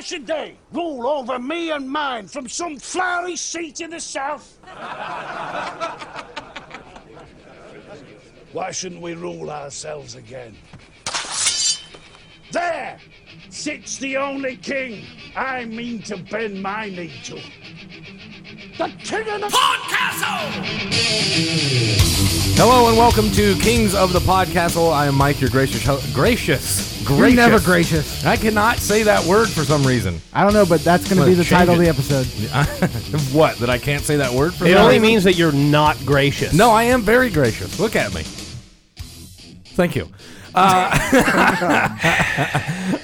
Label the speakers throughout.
Speaker 1: should they rule over me and mine from some flowery seat in the south? Why shouldn't we rule ourselves again? There sits the only king I mean to bend my knee to. The king of the
Speaker 2: Hello and welcome to Kings of the Podcastle. I am Mike, your gracious, ho- gracious, gracious.
Speaker 3: You're never gracious.
Speaker 2: I cannot say that word for some reason.
Speaker 3: I don't know, but that's going to
Speaker 2: Well,
Speaker 3: be the
Speaker 2: change
Speaker 3: title of
Speaker 2: it.
Speaker 3: the episode.
Speaker 2: What? That I can't say that word for
Speaker 4: It
Speaker 2: some
Speaker 4: only
Speaker 2: reason?
Speaker 4: means that you're not gracious.
Speaker 2: No, I am very gracious. Look at me. Thank you. Uh,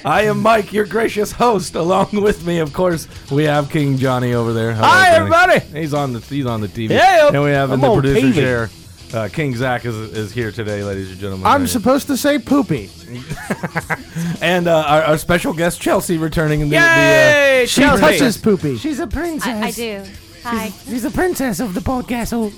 Speaker 2: I am Mike, your gracious host. Along with me, of course, we have King Johnny over there. Hello,
Speaker 4: Hi,
Speaker 2: Johnny.
Speaker 4: everybody.
Speaker 2: He's on the he's on the TV.
Speaker 4: Yeah,
Speaker 2: and we have in
Speaker 4: I'm
Speaker 2: the
Speaker 4: on
Speaker 2: producer
Speaker 4: TV.
Speaker 2: chair. Uh, King Zach is, is here today, ladies and gentlemen.
Speaker 3: I'm
Speaker 2: Hey.
Speaker 3: supposed to say poopy.
Speaker 2: and uh, our, our special guest Chelsea returning in the. uh,
Speaker 4: Yay!
Speaker 3: She
Speaker 4: Chelsea.
Speaker 3: touches poopy.
Speaker 2: She's a princess.
Speaker 5: I, I do. Hi.
Speaker 2: She's a princess of the
Speaker 3: Oh.
Speaker 2: podcastle.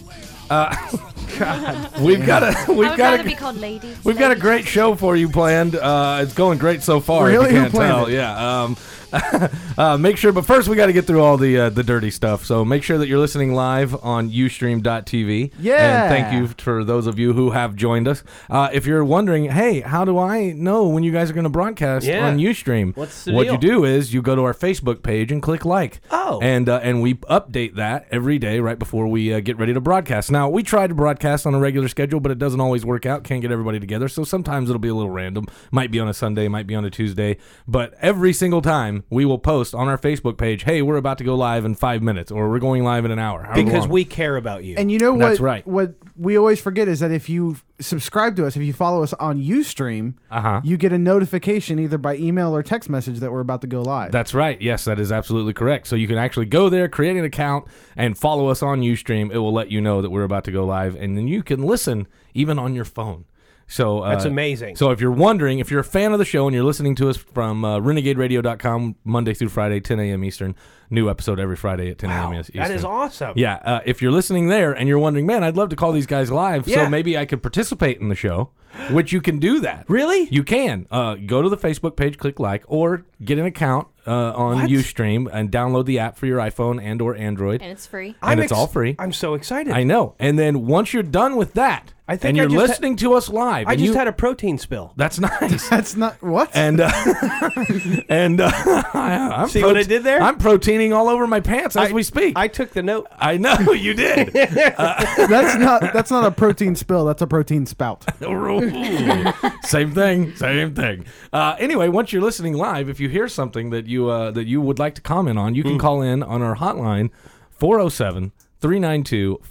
Speaker 2: Uh, God, we've got a
Speaker 5: I
Speaker 2: we've
Speaker 5: would
Speaker 2: got
Speaker 5: rather
Speaker 2: a
Speaker 5: be called lady.
Speaker 2: We've got a great show for you planned. Uh, it's going great so far. if
Speaker 3: Really?
Speaker 2: You
Speaker 3: Who
Speaker 2: can't
Speaker 3: planned
Speaker 2: tell.
Speaker 3: it?
Speaker 2: Yeah. Um, uh, make sure, but first we got to get through all the uh, the dirty stuff. So make sure that you're listening live on UStream.tv.
Speaker 3: Yeah.
Speaker 2: And thank you for those of you who have joined us. Uh, if you're wondering, hey, how do I know when you guys are going to broadcast
Speaker 4: Yeah.
Speaker 2: on UStream?
Speaker 4: What's the
Speaker 2: what
Speaker 4: deal?
Speaker 2: you do is you go to our Facebook page and click like.
Speaker 4: Oh.
Speaker 2: And uh, and we update that every day right before we uh, get ready to broadcast. Now we try to broadcast on a regular schedule, but it doesn't always work out. Can't get everybody together, so sometimes it'll be a little random. Might be on a Sunday, might be on a Tuesday, but every single time we will post on our Facebook page, "Hey, we're about to go live in five minutes," or "We're going live in an hour." however
Speaker 4: Because
Speaker 2: long.
Speaker 4: we care about you.
Speaker 3: And you know what?
Speaker 2: That's right.
Speaker 3: What we always forget is that if you subscribe to us, if you follow us on UStream,
Speaker 2: Uh-huh.
Speaker 3: you get a notification either by email or text message that we're about to go live.
Speaker 2: That's right. Yes, that is absolutely correct. So you can actually go there, create an account, and follow us on Ustream. It will let you know that we're about to go live, and then you can listen even on your phone. So uh,
Speaker 4: That's amazing.
Speaker 2: So if you're wondering, if you're a fan of the show and you're listening to us from uh, RenegadeRadio.com Monday through Friday, 10 a.m. Eastern, new episode every Friday at 10
Speaker 4: Wow,
Speaker 2: a.m. Eastern.
Speaker 4: that is awesome.
Speaker 2: Yeah, uh, if you're listening there and you're wondering, man, I'd love to call these guys live, so
Speaker 4: Yeah.
Speaker 2: maybe I could participate in the show, which you can do that.
Speaker 4: Really?
Speaker 2: You can. Uh, go to the Facebook page, click like, or get an account uh, on
Speaker 4: What?
Speaker 2: Ustream and download the app for your iPhone and or Android.
Speaker 5: and it's free.
Speaker 2: and it's all free.
Speaker 4: I'm so excited.
Speaker 2: I
Speaker 4: I,
Speaker 2: know. And then once you're done with that,
Speaker 4: I think
Speaker 2: and
Speaker 4: I
Speaker 2: you're
Speaker 4: just had-
Speaker 2: listening to us live, and
Speaker 4: just
Speaker 2: you-
Speaker 4: had a protein spill.
Speaker 2: that's nice.
Speaker 3: That's not what.
Speaker 2: And uh, and uh, I'm
Speaker 4: See what I did there?
Speaker 2: I'm proteining all over my pants as
Speaker 4: I-
Speaker 2: we speak. Uh,
Speaker 4: I took the note.
Speaker 2: I know you did.
Speaker 3: that's not. That's not a protein spill. That's a protein spout.
Speaker 2: Ooh. same thing, same thing. Uh, anyway, once you're listening live, if you hear something that you uh, that you would like to comment on, you can call in on our hotline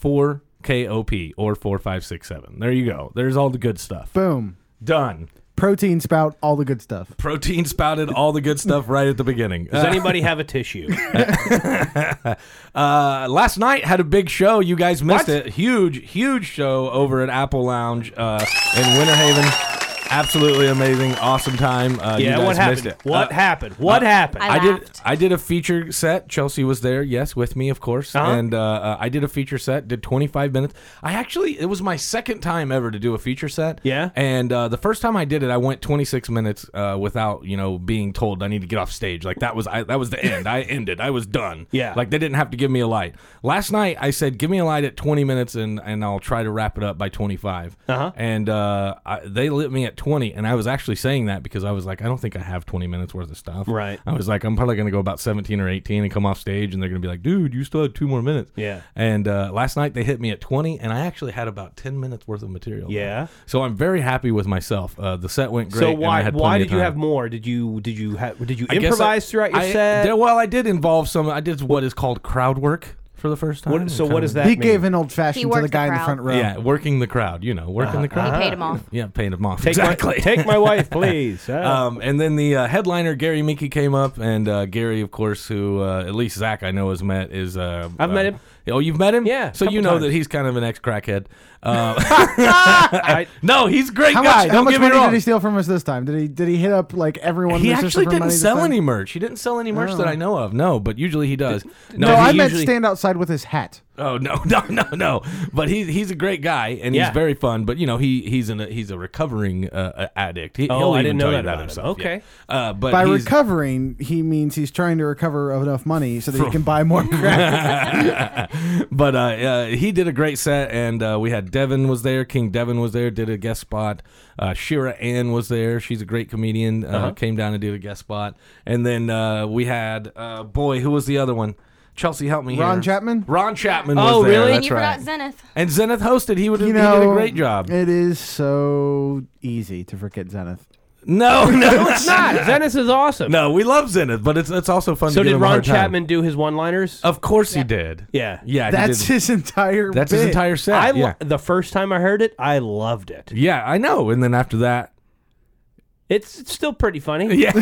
Speaker 2: 407-392-4KOP or 4567. There you go. There's all the good stuff.
Speaker 3: Boom.
Speaker 2: Done.
Speaker 3: Protein spout. All the good stuff.
Speaker 2: Protein spouted all the good stuff right at the beginning.
Speaker 4: Does anybody have a tissue?
Speaker 2: Uh, last night had a big show. You guys missed
Speaker 4: What?
Speaker 2: it. Huge, huge show over at Apple Lounge uh, in Winter Haven. Absolutely amazing, awesome time. Uh, you
Speaker 4: yeah,
Speaker 2: guys
Speaker 4: what
Speaker 2: missed
Speaker 4: happened?
Speaker 2: it.
Speaker 4: What
Speaker 2: Uh,
Speaker 4: happened? What
Speaker 2: uh,
Speaker 4: happened?
Speaker 5: I-
Speaker 2: I did.
Speaker 5: laughed.
Speaker 2: I did a feature set. Chelsea was there, yes, with me, of course.
Speaker 4: Uh-huh.
Speaker 2: And uh, uh, I did a feature set. Did 25 minutes. I actually, it was my second time ever to do a feature set.
Speaker 4: Yeah?
Speaker 2: And uh, the first time I did it, I went 26 minutes uh, without, you know, being told I need to get off stage. Like that was, I, that was the end. I ended. I was done.
Speaker 4: Yeah.
Speaker 2: Like they didn't have to give me a light. Last night I said, give me a light at 20 minutes, and and I'll try to wrap it up by 25.
Speaker 4: Uh-huh.
Speaker 2: And uh, I, they lit me at 20, and I was actually saying that because I was like, I don't think I have 20 minutes worth of stuff.
Speaker 4: Right.
Speaker 2: I was like, I'm probably gonna go about 17 or 18 and come off stage, and they're gonna be like, dude, you still had two more minutes.
Speaker 4: Yeah.
Speaker 2: And uh, last night they hit me at 20, and I actually had about 10 minutes worth of material.
Speaker 4: Yeah.
Speaker 2: So I'm very happy with myself. Uh, the set went great.
Speaker 4: so
Speaker 2: and I
Speaker 4: why
Speaker 2: had
Speaker 4: why
Speaker 2: plenty of
Speaker 4: did you
Speaker 2: time.
Speaker 4: have more? Did you did you ha- did you
Speaker 2: I guess
Speaker 4: improvise
Speaker 2: I-
Speaker 4: throughout your
Speaker 2: I- uh,
Speaker 4: set?
Speaker 2: there- well, I did involve some. I did what is called crowd work for the first time.
Speaker 4: What- so what
Speaker 2: Kinda-
Speaker 4: does that
Speaker 3: he
Speaker 4: mean?
Speaker 3: gave an old
Speaker 5: He
Speaker 3: fashioned to
Speaker 5: worked
Speaker 3: the
Speaker 5: the
Speaker 3: guy in the
Speaker 5: crowd.
Speaker 3: front row.
Speaker 2: Yeah, working the crowd. You know, working the crowd.
Speaker 5: He paid him off.
Speaker 2: Yeah, paying them off.
Speaker 4: Uh-huh. Take my-
Speaker 2: exactly.
Speaker 4: take my wife, please. Uh,
Speaker 2: Um, and then the uh, headliner Gary Mickey came up, and uh, Gary, of course, who uh, at least Zach I know has met is. Uh,
Speaker 4: I've
Speaker 2: uh,
Speaker 4: met him.
Speaker 2: Oh, you've met him?
Speaker 4: Yeah,
Speaker 2: So
Speaker 4: couple
Speaker 2: you know
Speaker 4: times.
Speaker 2: that he's kind of an ex crackhead. Uh,
Speaker 4: I-
Speaker 2: no, he's a great
Speaker 3: How
Speaker 2: guy.
Speaker 3: much?
Speaker 2: Don't
Speaker 3: How much
Speaker 2: get me
Speaker 3: money
Speaker 2: wrong.
Speaker 3: did he steal from us this time? Did he? Did he hit up like everyone? in
Speaker 2: He
Speaker 3: the system
Speaker 2: actually
Speaker 3: for money
Speaker 2: didn't
Speaker 3: this
Speaker 2: sell
Speaker 3: time?
Speaker 2: any merch. He didn't sell any merch
Speaker 3: Oh.
Speaker 2: that I know of. No, but usually he does.
Speaker 3: No, I
Speaker 2: he
Speaker 3: meant
Speaker 2: usually-
Speaker 3: stand outside outside with his hat.
Speaker 2: Oh no, no, no, no! But he's he's a great guy and
Speaker 4: Yeah.
Speaker 2: he's very fun. But you know he he's an he's a recovering uh, uh, addict. He,
Speaker 4: Oh,
Speaker 2: he'll
Speaker 4: I
Speaker 2: even
Speaker 4: didn't
Speaker 2: tell
Speaker 4: know
Speaker 2: you
Speaker 4: that about him.
Speaker 2: himself. yeah.
Speaker 4: Okay.
Speaker 2: uh, but
Speaker 3: By
Speaker 2: he's,
Speaker 3: recovering, he means he's trying to recover enough money so that he can buy more crack.
Speaker 2: but uh, uh, he did a great set, and uh, we had Devin was there. King Devin was there, did a guest spot. Uh, Shira Ann was there. She's a great comedian. Uh,
Speaker 4: Uh-huh.
Speaker 2: Came down and did a guest spot, and then uh, we had uh, boy, who was the other one? Chelsea, help me
Speaker 3: Ron
Speaker 2: here.
Speaker 3: Chapman?
Speaker 2: Ron Chapman.
Speaker 4: Oh,
Speaker 2: was there.
Speaker 4: really?
Speaker 5: and
Speaker 2: That's
Speaker 5: you
Speaker 2: right.
Speaker 5: forgot Zenith.
Speaker 2: And Zenith hosted. He would.
Speaker 3: you
Speaker 2: he did
Speaker 3: know,
Speaker 2: a great job.
Speaker 3: It is so easy to forget Zenith.
Speaker 2: no, no, it's not.
Speaker 4: Not Zenith is awesome.
Speaker 2: No, we love Zenith, but it's it's also fun.
Speaker 4: So
Speaker 2: to give
Speaker 4: did
Speaker 2: him a
Speaker 4: Ron
Speaker 2: hard time. Oh.
Speaker 4: Chapman do his one-liners?
Speaker 2: Of course
Speaker 5: Yeah.
Speaker 2: he did.
Speaker 4: yeah.
Speaker 2: Yeah, he
Speaker 3: That's
Speaker 2: did.
Speaker 3: his entire.
Speaker 2: that's
Speaker 3: bit.
Speaker 2: his entire set.
Speaker 4: I lo-
Speaker 2: yeah.
Speaker 4: the first time I heard it, I loved it.
Speaker 2: yeah, I know. And then after that,
Speaker 4: It's, it's still pretty funny. Yeah.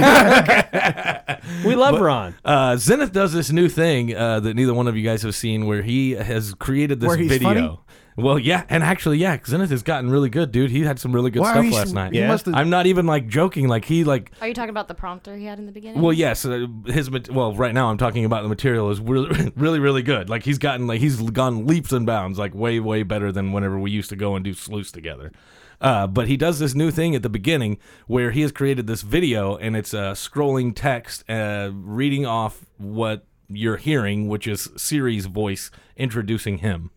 Speaker 4: we love Ron.
Speaker 2: uh, Zenith does this new thing uh, that neither one of you guys have seen, where he has created this
Speaker 3: Where he's
Speaker 2: video.
Speaker 3: funny?
Speaker 2: Well, yeah, and actually, yeah, Zenith has gotten really good, dude. He had some really good
Speaker 3: Why are
Speaker 2: stuff
Speaker 3: you
Speaker 2: last
Speaker 3: so-
Speaker 2: night.
Speaker 3: you
Speaker 4: Yeah.
Speaker 3: must have-
Speaker 2: I'm not even like joking. Like he like
Speaker 5: Are you talking about the prompter he had in the beginning?
Speaker 2: Well, yes. Uh, his mat- well, right now I'm talking about the material is really, really, really good. Like he's gotten like he's gone leaps and bounds, like way, way better than whenever we used to go and do sleuths together. Uh, but he does this new thing at the beginning where he has created this video and it's uh, scrolling text, uh, reading off what you're hearing, which is Siri's voice introducing him.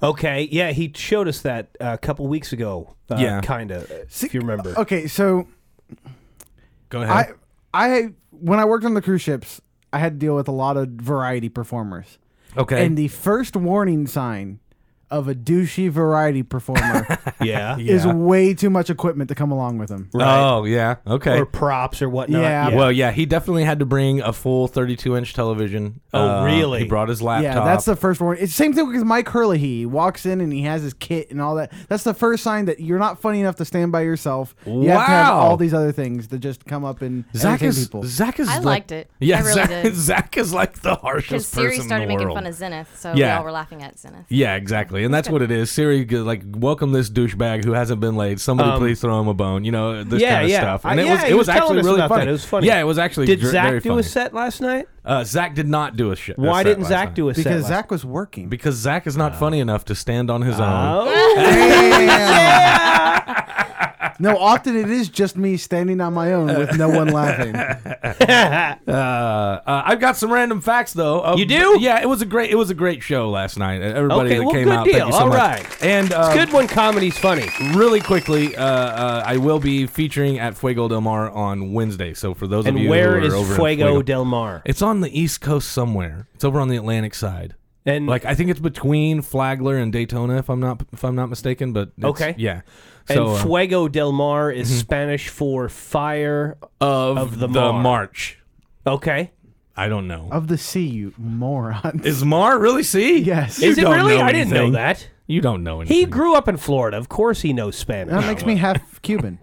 Speaker 4: Okay, yeah, he showed us that uh, a couple weeks ago. Uh,
Speaker 2: Yeah.
Speaker 4: kind of. If you remember,
Speaker 3: Okay, so
Speaker 2: Go ahead.
Speaker 3: I, I when I worked on the cruise ships, I had to deal with a lot of variety performers,
Speaker 2: okay.
Speaker 3: and the first warning sign of a douchey variety performer
Speaker 4: yeah,
Speaker 3: is way too much equipment to come along with him.
Speaker 2: Oh yeah. Okay.
Speaker 4: or props or whatnot.
Speaker 3: Yeah.
Speaker 2: Well, yeah, he definitely had to bring a full 32 inch television. Uh,
Speaker 4: Oh, really?
Speaker 2: He brought his laptop.
Speaker 3: Yeah, that's the first warning. It's the same thing with Mike Hurley. He walks in and he has his kit and all that. That's the first sign that you're not funny enough to stand by yourself. You have to have
Speaker 2: Wow.
Speaker 3: all these other things that just come up and
Speaker 2: Zach
Speaker 3: entertain
Speaker 2: is
Speaker 3: people.
Speaker 2: Zach is
Speaker 5: I
Speaker 2: like-
Speaker 5: liked it. I
Speaker 2: Yeah,
Speaker 5: really
Speaker 2: Zach,
Speaker 5: did.
Speaker 2: Zach is like the
Speaker 5: Because
Speaker 2: harshest
Speaker 5: Siri
Speaker 2: person
Speaker 5: started
Speaker 2: in the
Speaker 5: making
Speaker 2: world.
Speaker 5: fun of Zenith, so
Speaker 2: Yeah.
Speaker 5: we all were laughing at Zenith.
Speaker 2: yeah, exactly, and that's what it is. Siri, g- like, welcome this douchebag who hasn't been laid. Somebody
Speaker 4: Um,
Speaker 2: please throw him a bone. You know this
Speaker 4: Yeah,
Speaker 2: kind of
Speaker 4: yeah.
Speaker 2: stuff.
Speaker 4: Uh,
Speaker 2: And it
Speaker 4: yeah,
Speaker 2: was
Speaker 4: he
Speaker 2: it was,
Speaker 4: was telling
Speaker 2: actually
Speaker 4: us
Speaker 2: really
Speaker 4: about
Speaker 2: funny.
Speaker 4: that. It was funny.
Speaker 2: Yeah, it was actually
Speaker 4: Did
Speaker 2: dr- very
Speaker 4: Zach do
Speaker 2: funny.
Speaker 4: a set last night?
Speaker 2: Uh, Zach did not do a shit. a
Speaker 4: Why
Speaker 2: set
Speaker 4: didn't
Speaker 2: last
Speaker 4: Zach
Speaker 2: night.
Speaker 4: do a Uh. set?
Speaker 3: because
Speaker 4: last
Speaker 3: Zach was working.
Speaker 2: Because Zach is not funny enough to stand on his own.
Speaker 4: Oh,
Speaker 3: no, often it is just me standing on my own with no one laughing.
Speaker 2: Uh, uh, I've got some random facts though. Uh,
Speaker 4: You do?
Speaker 2: Yeah, it was a great it was a great show last night. Everybody
Speaker 4: Okay,
Speaker 2: that
Speaker 4: well,
Speaker 2: came
Speaker 4: good
Speaker 2: out,
Speaker 4: deal.
Speaker 2: thank you so
Speaker 4: All
Speaker 2: much.
Speaker 4: right.
Speaker 2: And uh,
Speaker 4: it's good when comedy's funny.
Speaker 2: really quickly, uh, uh, I will be featuring at Fuego Del Mar on Wednesday. So for those of
Speaker 4: And
Speaker 2: you
Speaker 4: where
Speaker 2: who are
Speaker 4: is
Speaker 2: over in
Speaker 4: Fuego Del Mar?
Speaker 2: it's on the East Coast somewhere. It's over on the Atlantic side.
Speaker 4: And
Speaker 2: Like I think it's between Flagler and Daytona, if I'm not if I'm not mistaken. But it's-
Speaker 4: Okay.
Speaker 2: yeah.
Speaker 4: and
Speaker 2: So uh, Mm-hmm.
Speaker 4: Fuego Del Mar is Spanish for fire.
Speaker 2: of,
Speaker 4: of the
Speaker 2: the
Speaker 4: Mar. Oh.
Speaker 2: March,
Speaker 4: Okay,
Speaker 2: I don't know.
Speaker 3: Of the sea, you moron.
Speaker 2: is Mar really see?
Speaker 3: Yes.
Speaker 2: You
Speaker 4: is it
Speaker 2: don't
Speaker 4: really?
Speaker 2: know
Speaker 4: I didn't know
Speaker 2: anything.
Speaker 4: that.
Speaker 2: You don't know anything.
Speaker 4: He grew up in Florida. Of course, he knows Spanish.
Speaker 3: That makes me half Cuban.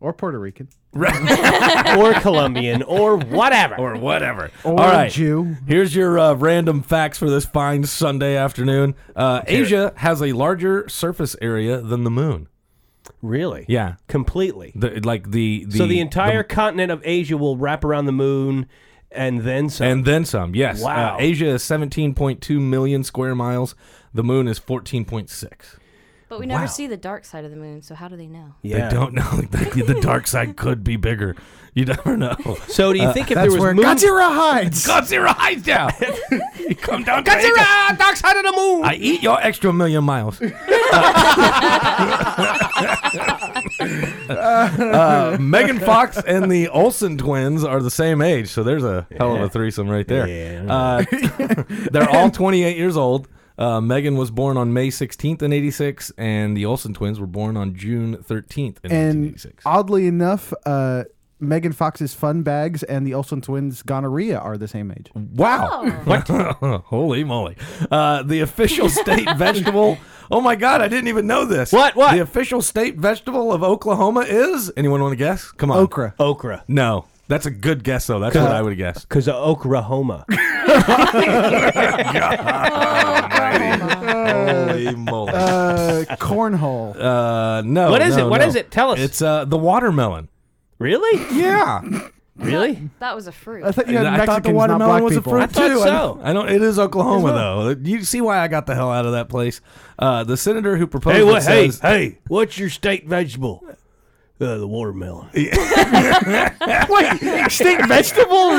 Speaker 3: or Puerto Rican.
Speaker 4: or Colombian or whatever.
Speaker 2: or whatever.
Speaker 3: Or
Speaker 2: All right.
Speaker 3: Jew.
Speaker 2: Here's your uh, random facts for this fine Sunday afternoon. Uh, Asia has a larger surface area than the moon.
Speaker 4: really?
Speaker 2: Yeah.
Speaker 4: Completely.
Speaker 2: The, like the, the
Speaker 4: so the entire continent of Asia will wrap around the moon and then some.
Speaker 2: and then some. Yes.
Speaker 4: Wow.
Speaker 2: Uh, Asia is 17.2 million square miles. The moon is 14.6.
Speaker 5: But we never
Speaker 2: Wow.
Speaker 5: see the dark side of the moon, so how do they know?
Speaker 4: yeah.
Speaker 2: They don't know. Like the, the dark side could be bigger. You never know.
Speaker 4: So do you think if
Speaker 2: Uh,
Speaker 4: there
Speaker 3: That's
Speaker 4: was
Speaker 3: where
Speaker 4: moon...
Speaker 3: Godzilla hides.
Speaker 2: Godzilla hides down. you come down. to Asia.
Speaker 4: Godzilla, dark side of the moon.
Speaker 2: I eat your extra million miles. uh, Megan Fox and the Olsen twins are the same age, so there's a hell of a threesome right there.
Speaker 4: Yeah.
Speaker 2: Uh, they're all 28 years old. Uh, Megan was born on May 16th in 86, and the Olsen twins were born on June 13th in
Speaker 3: and
Speaker 2: 1986.
Speaker 3: oddly enough, uh, Megan Fox's fun bags and the Olsen twins' gonorrhea are the same age.
Speaker 2: Wow. Holy moly. Uh, the official state vegetable. Oh my God, I didn't even know this.
Speaker 4: What, what?
Speaker 2: The official state vegetable of Oklahoma is? Anyone want to guess? Come on. Oh,
Speaker 3: Okra.
Speaker 4: Okra.
Speaker 2: No. That's a good guess, though. That's what I would have guessed.
Speaker 4: Because of Oklahoma.
Speaker 5: Oh,
Speaker 2: Holy moly.
Speaker 3: Uh, cornhole.
Speaker 2: Uh, no.
Speaker 4: What is
Speaker 2: no,
Speaker 4: it? What
Speaker 2: no.
Speaker 4: is it? Tell us.
Speaker 2: It's uh, the watermelon.
Speaker 4: really?
Speaker 2: Yeah.
Speaker 4: Really?
Speaker 5: That was a fruit.
Speaker 3: I thought you had
Speaker 2: I
Speaker 3: Mexicans,
Speaker 2: thought the
Speaker 3: not black
Speaker 2: watermelon was
Speaker 3: people.
Speaker 2: a fruit
Speaker 4: I thought
Speaker 2: too.
Speaker 4: so.
Speaker 2: I, I don't. It is Oklahoma though. You see why I got the hell out of that place. Uh, the senator who proposed
Speaker 4: Hey,
Speaker 2: it
Speaker 4: what? Hey,
Speaker 2: says,
Speaker 4: hey! What's your state vegetable? Uh, the watermelon. Yeah.
Speaker 3: Wait, extinct vegetable?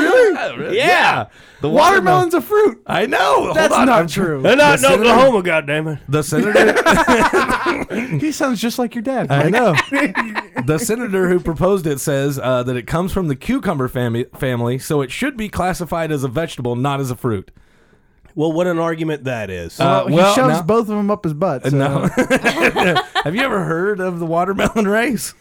Speaker 3: Really?
Speaker 2: the watermelon.
Speaker 3: Watermelon's a fruit.
Speaker 2: I know.
Speaker 3: That's
Speaker 2: Hold on.
Speaker 3: not
Speaker 2: I'm-
Speaker 3: true.
Speaker 4: They're not in
Speaker 2: The senator-
Speaker 4: Oklahoma, goddammit.
Speaker 2: The senator.
Speaker 3: he sounds just like your dad.
Speaker 2: I
Speaker 3: Mike.
Speaker 2: know. the senator who proposed it says uh, that it comes from the cucumber fami- family, so it should be classified as a vegetable, not as a fruit.
Speaker 4: Well, what an argument that is.
Speaker 2: Uh,
Speaker 3: he
Speaker 2: well,
Speaker 3: shoves
Speaker 2: no.
Speaker 3: both of them up his butt. so-
Speaker 2: No. Have you ever heard of the watermelon race?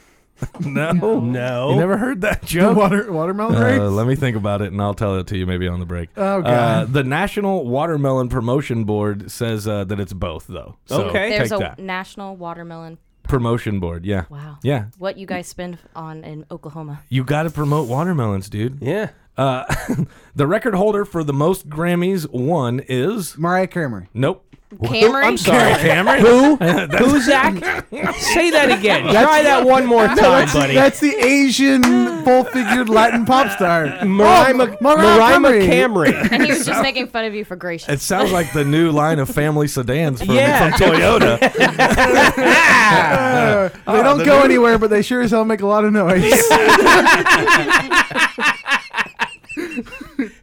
Speaker 2: No.
Speaker 4: no.
Speaker 2: You never heard that joke?
Speaker 3: Oh. Water, watermelon
Speaker 2: Uh,
Speaker 3: race?
Speaker 2: let me think about it, and I'll tell it to you maybe on the break.
Speaker 3: Oh, God.
Speaker 2: Uh, the National Watermelon Promotion Board says uh, that it's both, though. So
Speaker 4: Okay.
Speaker 2: take
Speaker 5: There's a
Speaker 2: that.
Speaker 5: national watermelon.
Speaker 2: Promotion Board, yeah.
Speaker 5: Wow.
Speaker 2: Yeah.
Speaker 5: What you guys spend on in Oklahoma?
Speaker 2: You got to promote watermelons, dude.
Speaker 4: yeah.
Speaker 2: Uh, the record holder for the most Grammys won is...
Speaker 3: Mariah Carey.
Speaker 2: Nope.
Speaker 5: Camry.
Speaker 4: I'm sorry.
Speaker 2: Cameron?
Speaker 4: Who? Who, Zach? Say that again. Try that one more time, buddy.
Speaker 3: That's the Asian full-figured Latin pop star.
Speaker 4: Mariah,
Speaker 3: Oh,
Speaker 4: Mariah, Camry.
Speaker 5: And he was just making fun of you for gracious.
Speaker 2: It sounds like the new line of family sedans from,
Speaker 4: Yeah.
Speaker 2: from Toyota.
Speaker 3: Uh, they don't go anywhere, but they sure as hell make a lot of noise.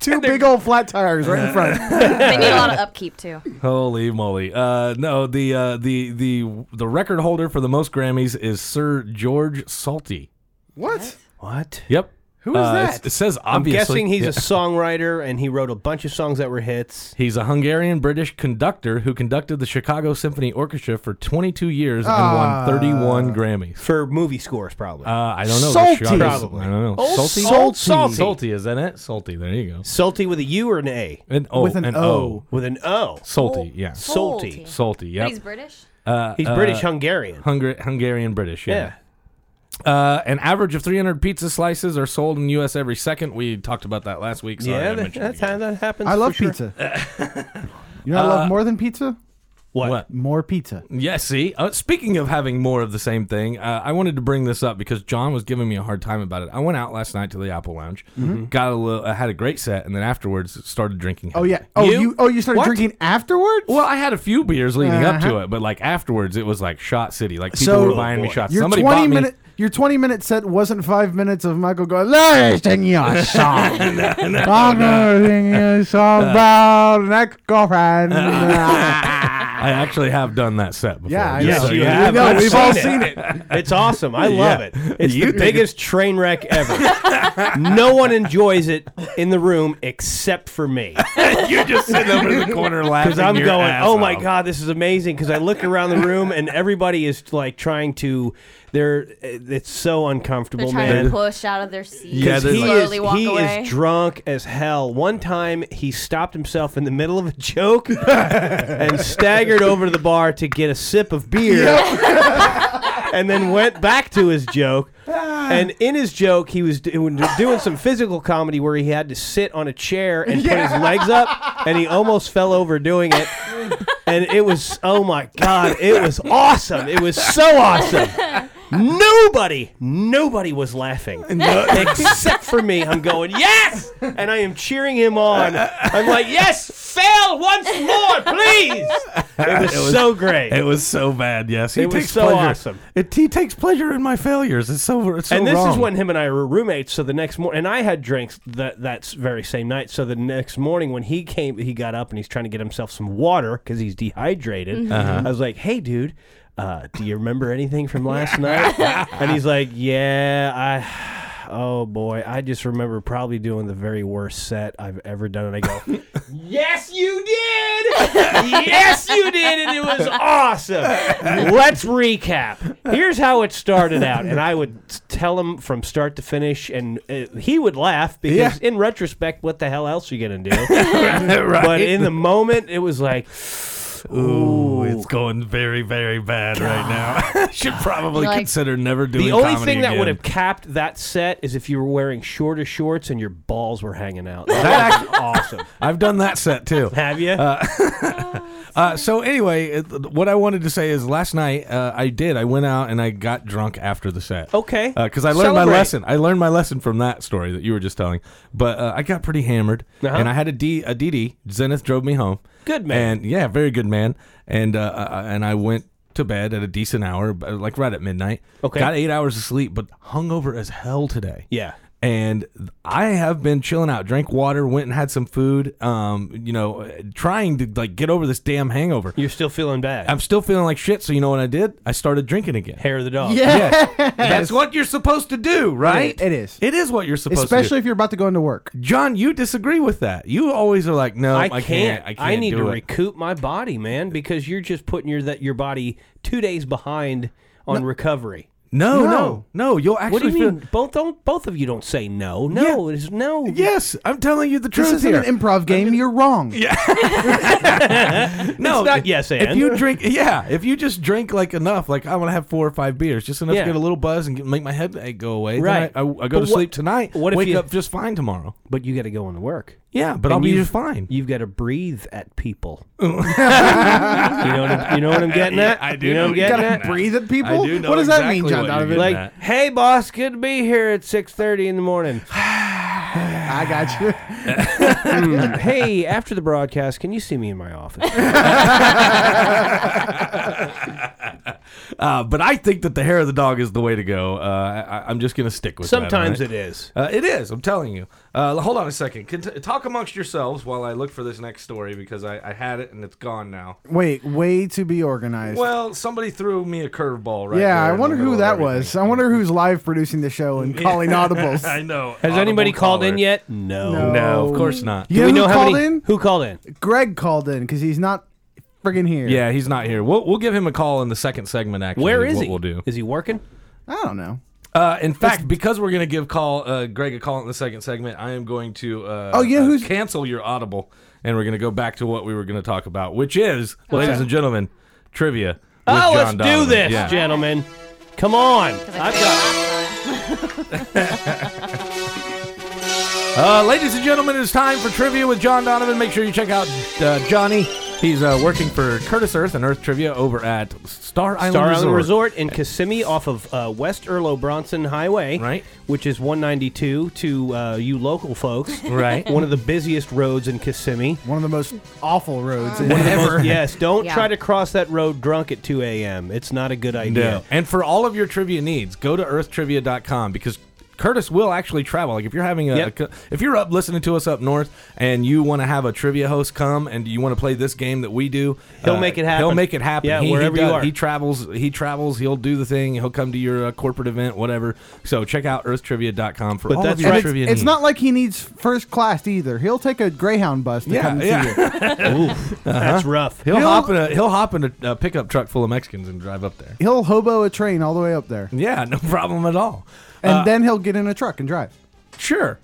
Speaker 3: Two big old flat tires right
Speaker 4: Uh,
Speaker 3: in front.
Speaker 5: They need a lot of upkeep too.
Speaker 2: Holy moly! Uh, no, the uh, the the the record holder for the most Grammys is Sir George Salty.
Speaker 3: What?
Speaker 4: What?
Speaker 2: Yep.
Speaker 3: Who is
Speaker 2: Uh,
Speaker 3: that?
Speaker 2: it's- It says
Speaker 4: I'm
Speaker 2: obviously.
Speaker 4: guessing he's
Speaker 2: Yeah.
Speaker 4: a songwriter and he wrote a bunch of songs that were hits.
Speaker 2: He's a Hungarian British conductor who conducted the Chicago Symphony Orchestra for 22 years and
Speaker 3: Ah.
Speaker 2: won 31 Grammys.
Speaker 4: For movie scores, probably.
Speaker 2: Uh, I don't know.
Speaker 3: Salty. Oh,
Speaker 2: Chicago's-
Speaker 4: Probably.
Speaker 2: I don't know.
Speaker 4: Old
Speaker 2: Salty?
Speaker 4: Salt- Salty.
Speaker 2: Salty, is that it? Salty. There you go.
Speaker 4: Salty with a U or an A?
Speaker 2: An O.
Speaker 3: With an O. Oh.
Speaker 4: With an O.
Speaker 2: Salty. Yeah.
Speaker 4: Salty.
Speaker 2: Salty.
Speaker 5: But
Speaker 2: Yep.
Speaker 5: he's British.
Speaker 2: Uh,
Speaker 4: He's
Speaker 2: uh,
Speaker 4: British Hungarian.
Speaker 2: Hungar- Hungarian Oh, British.
Speaker 4: Yeah.
Speaker 2: Uh, an average of 300 pizza slices are sold in the U.S. every second. We talked about that last week. Sorry,
Speaker 4: yeah,
Speaker 2: I
Speaker 4: that,
Speaker 2: mentioned it
Speaker 4: that's how
Speaker 2: again.
Speaker 4: that happens.
Speaker 3: I love
Speaker 4: for sure. Uh,
Speaker 3: pizza. you know, what I love more than pizza.
Speaker 4: What? Mm.
Speaker 2: What?
Speaker 3: More pizza.
Speaker 2: Yeah, see, uh, speaking of having more of the same thing, uh, I wanted to bring this up because John was giving me a hard time about it. I went out last night to the Apple Lounge, got a little, I had a great set, and then afterwards started drinking.
Speaker 3: Mm-hmm. Oh
Speaker 2: heavy.
Speaker 3: yeah. Oh you. oh you started
Speaker 4: What?
Speaker 3: drinking afterwards.
Speaker 2: Well, I had a few beers leading up to
Speaker 3: Uh-huh.
Speaker 2: it, but like afterwards, it was like shot city. Like people
Speaker 3: So-
Speaker 2: were buying me
Speaker 4: Boy.
Speaker 2: shots.
Speaker 3: Your
Speaker 2: Somebody
Speaker 3: twenty
Speaker 2: bought me.
Speaker 3: minute. Your twenty minute set wasn't five minutes of Michael going. Listen, your song. I'm gonna sing you a song about an ex-girlfriend.
Speaker 2: Uh. I actually have done that set before.
Speaker 3: Yeah, I
Speaker 2: just
Speaker 4: Yes,
Speaker 3: know.
Speaker 2: so
Speaker 4: you
Speaker 3: We
Speaker 4: have.
Speaker 3: know,
Speaker 4: I've
Speaker 3: we've all seen it.
Speaker 4: It's awesome. I love
Speaker 2: Yeah.
Speaker 4: it. It's
Speaker 2: You
Speaker 4: the
Speaker 2: think
Speaker 4: biggest train wreck ever. no one enjoys it in the room except for me.
Speaker 2: You're just sitting over in the corner laughing.
Speaker 4: Because I'm
Speaker 2: your
Speaker 4: going,
Speaker 2: ass
Speaker 4: oh my
Speaker 2: off."
Speaker 4: God, this is amazing. Because I look around the room and everybody is like trying to, they're, eh, it's so
Speaker 5: They're
Speaker 4: uncomfortable,
Speaker 5: trying
Speaker 4: man.
Speaker 5: to push out of their seat.
Speaker 2: Yeah,
Speaker 5: Yeah,
Speaker 2: they're
Speaker 5: slowly
Speaker 4: he
Speaker 2: like-
Speaker 4: is,
Speaker 5: walk
Speaker 4: he
Speaker 5: away.
Speaker 4: is drunk as hell. One time he stopped himself in the middle of a joke and staggered over to the bar to get a sip of beer and then went back to his joke. And in his joke, he was doing, doing some physical comedy where he had to sit on a chair and put his legs up, and he almost fell over doing it. And it was, oh my God, it was awesome. It was so awesome. Nobody, nobody was laughing except for me. I'm going yes, and I am cheering him on. I'm like yes, fail once more, please. It was,
Speaker 2: It was-
Speaker 4: so great.
Speaker 2: It was so bad. Yes, he
Speaker 4: It was
Speaker 2: takes
Speaker 4: so
Speaker 2: pleasure.
Speaker 4: awesome.
Speaker 2: It, he takes pleasure in my failures. It's so it's so
Speaker 4: and this
Speaker 2: wrong.
Speaker 4: is when him and I were roommates. So the next morning, and I had drinks that that s- very same night. So the next morning, when he came, he got up and he's trying to get himself some water because he's dehydrated.
Speaker 2: Uh-huh.
Speaker 4: I was like, "Hey, dude, uh, do you remember anything from last night?" and he's like, "Yeah, I." Oh boy, I just remember probably doing the very worst set I've ever done. And I go, Yes, you did! yes, you did, and it was awesome. Let's recap. Here's how it started out, and I would s- tell him from start to finish, and uh, he would laugh because,
Speaker 2: Yeah.
Speaker 4: in retrospect, what the hell else are you gonna do?
Speaker 2: right.
Speaker 4: but in the moment, it was like,
Speaker 2: Ooh, it's going very, very bad right now. Should probably
Speaker 5: You're like-
Speaker 2: consider never doing
Speaker 4: The only
Speaker 2: comedy
Speaker 4: thing that
Speaker 2: again.
Speaker 4: would have capped that set is if you were wearing shorter shorts and your balls were hanging out.
Speaker 2: That
Speaker 4: That's awesome.
Speaker 2: I've done that set too.
Speaker 4: Have you?
Speaker 2: Uh, so anyway, it- what I wanted to say is last night uh, I did. I went out and I got drunk after the set.
Speaker 4: Okay.
Speaker 2: Because uh, I learned my
Speaker 4: Celebrate.
Speaker 2: lesson. I learned my lesson from that story that you were just telling. But uh, I got pretty hammered,
Speaker 4: Uh-huh.
Speaker 2: and I had a D a DD. Zenith drove me home.
Speaker 4: Good man.
Speaker 2: And yeah, very good man. And uh, uh, and I went to bed at a decent hour, b- like right at midnight.
Speaker 4: Okay.
Speaker 2: Got eight hours of sleep, but hungover as hell today
Speaker 4: yeah.
Speaker 2: and I have been chilling out, drank water, went and had some food. Um, you know, trying to like get over this damn hangover.
Speaker 4: You're still feeling bad.
Speaker 2: I'm still feeling like shit. So you know what I did? I started drinking again.
Speaker 4: Hair of the dog.
Speaker 2: Yes. that's what you're supposed to do, right?
Speaker 3: It is.
Speaker 2: It is what you're supposed to
Speaker 3: Especially
Speaker 2: do.
Speaker 3: if you're about to go into work.
Speaker 2: John, you disagree with that. You always are like, no, I,
Speaker 4: I
Speaker 2: can't.
Speaker 4: can't.
Speaker 2: I can't.
Speaker 4: need
Speaker 2: do
Speaker 4: to
Speaker 2: it.
Speaker 4: recoup my body, man, because you're just putting your that your body two days behind on recovery.
Speaker 2: No, no, no,
Speaker 3: No.
Speaker 2: You'll actually
Speaker 4: What do you
Speaker 2: feel.
Speaker 4: mean? Both don't both of you don't say no. No, it's no.
Speaker 2: Yes, I'm telling you the truth
Speaker 3: This isn't
Speaker 2: here.
Speaker 3: an improv game. You're wrong.
Speaker 2: No,
Speaker 4: It's not yes
Speaker 2: If
Speaker 4: and.
Speaker 2: you drink, yeah, if you just drink like enough, like I want to have four or five beers, just enough
Speaker 4: Yeah.
Speaker 2: to get a little buzz and get, make my head ache go away. then
Speaker 4: Right.
Speaker 2: I, I, I go
Speaker 4: But
Speaker 2: to
Speaker 4: what-
Speaker 2: sleep tonight.
Speaker 4: what if
Speaker 2: wake
Speaker 4: you-
Speaker 2: up just fine tomorrow?
Speaker 4: But you got to go into work.
Speaker 2: Yeah, but
Speaker 4: And
Speaker 2: I'll be
Speaker 4: you've-
Speaker 2: just fine.
Speaker 4: You've got to breathe at people. you know what I'm, you know what I'm getting at?
Speaker 2: I do
Speaker 4: You know what
Speaker 2: know
Speaker 4: I'm getting
Speaker 2: that.
Speaker 4: at?
Speaker 3: Gotta breathe at people.
Speaker 2: I do know
Speaker 3: what does that mean,
Speaker 2: exactly
Speaker 3: John
Speaker 2: what
Speaker 3: Donovan?
Speaker 2: you're getting
Speaker 4: Like,
Speaker 2: That.
Speaker 4: hey boss, good to be here at 6:30 in the morning.
Speaker 3: I got you.
Speaker 4: Mm, hey, after the broadcast, can you see me in my office?
Speaker 2: Uh, but I think that the hair of the dog is the way to go. Uh, I, I'm just gonna stick with
Speaker 4: Sometimes
Speaker 2: that.
Speaker 4: it is.
Speaker 2: Uh, it is. I'm telling you. Uh, hold on a second. Cont- talk amongst yourselves while I look for this next story because I, I had it and it's gone now.
Speaker 3: Wait, way to be organized.
Speaker 2: Well, somebody threw me a curveball right
Speaker 3: yeah,
Speaker 2: there
Speaker 3: I
Speaker 2: in the
Speaker 3: wonder
Speaker 2: middle
Speaker 3: who
Speaker 2: of
Speaker 3: that
Speaker 2: everything.
Speaker 3: was. I wonder who's live producing the show and calling audibles.
Speaker 2: I know.
Speaker 4: Has
Speaker 2: Audible
Speaker 4: anybody called
Speaker 2: caller.
Speaker 4: in yet? No.
Speaker 3: No.
Speaker 2: No, of course not.
Speaker 3: You
Speaker 4: Do we
Speaker 3: know
Speaker 4: know
Speaker 3: who
Speaker 4: how
Speaker 3: called
Speaker 4: many-
Speaker 3: in?
Speaker 4: Who called in?
Speaker 3: Greg called in because he's not friggin' here.
Speaker 2: Yeah, he's not here. We'll, we'll give him a call in the second segment. Actually,
Speaker 4: Where is
Speaker 2: what
Speaker 4: he?
Speaker 2: We'll do.
Speaker 4: Is he working?
Speaker 3: I don't know.
Speaker 2: Uh, in fact, because we're gonna give call uh, Greg a call in the second segment, I am going to. Uh,
Speaker 3: Oh, you know
Speaker 2: uh,
Speaker 3: who's-
Speaker 2: cancel your audible, and we're gonna go back to what we were gonna talk about, which is, ladies and gentlemen, trivia. with
Speaker 4: oh, let's
Speaker 2: John
Speaker 4: do
Speaker 2: Donovan.
Speaker 4: this,
Speaker 2: Yeah.
Speaker 4: gentlemen. Come on. I've got
Speaker 2: Uh, ladies and gentlemen, it's time for trivia with John Donovan. Make sure you check out uh, Johnny. He's uh, working for Curtis Earth and Earth Trivia over at Star Island
Speaker 4: Star
Speaker 2: Resort.
Speaker 4: Island Resort in Kissimmee off of uh, West Erlo Bronson Highway,
Speaker 2: Right.
Speaker 4: which is 192 to uh, you local folks.
Speaker 2: Right.
Speaker 4: One of the busiest roads in Kissimmee.
Speaker 3: One of the most awful roads in
Speaker 4: Most-
Speaker 3: ever.
Speaker 4: yes, don't
Speaker 5: Yeah.
Speaker 4: try to cross that road drunk at 2 a.m. It's not a good idea.
Speaker 2: No. And for all of your trivia needs, go to earthtrivia.com because Curtis will actually travel. Like if you're having a,
Speaker 4: Yep.
Speaker 2: if you're up listening to us up north and you want to have a trivia host come and you want to play this game that we do, uh,
Speaker 4: He'll make it happen.
Speaker 2: He'll make it happen.
Speaker 4: Yeah,
Speaker 2: he, he
Speaker 4: wherever you
Speaker 2: does-
Speaker 4: are.
Speaker 2: He travels. He travels. He'll do the thing. He'll come to your uh, corporate event, whatever. So check out earthtrivia.com for
Speaker 4: But
Speaker 2: all
Speaker 4: that's
Speaker 2: of your
Speaker 4: right.
Speaker 2: trivia
Speaker 3: It's
Speaker 2: needs.
Speaker 3: not like he needs first class either. He'll take a Greyhound bus to
Speaker 2: Yeah,
Speaker 3: come
Speaker 2: yeah.
Speaker 3: see you.
Speaker 4: Oof, that's rough.
Speaker 2: Uh-huh. He'll,
Speaker 3: He'll-
Speaker 2: hop in a he'll hop in a, a pickup truck full of Mexicans and drive up there.
Speaker 3: He'll hobo a train all the way up there,
Speaker 2: Yeah, no problem at all.
Speaker 3: and
Speaker 2: Uh,
Speaker 3: then he'll get in a truck and drive.
Speaker 2: Sure.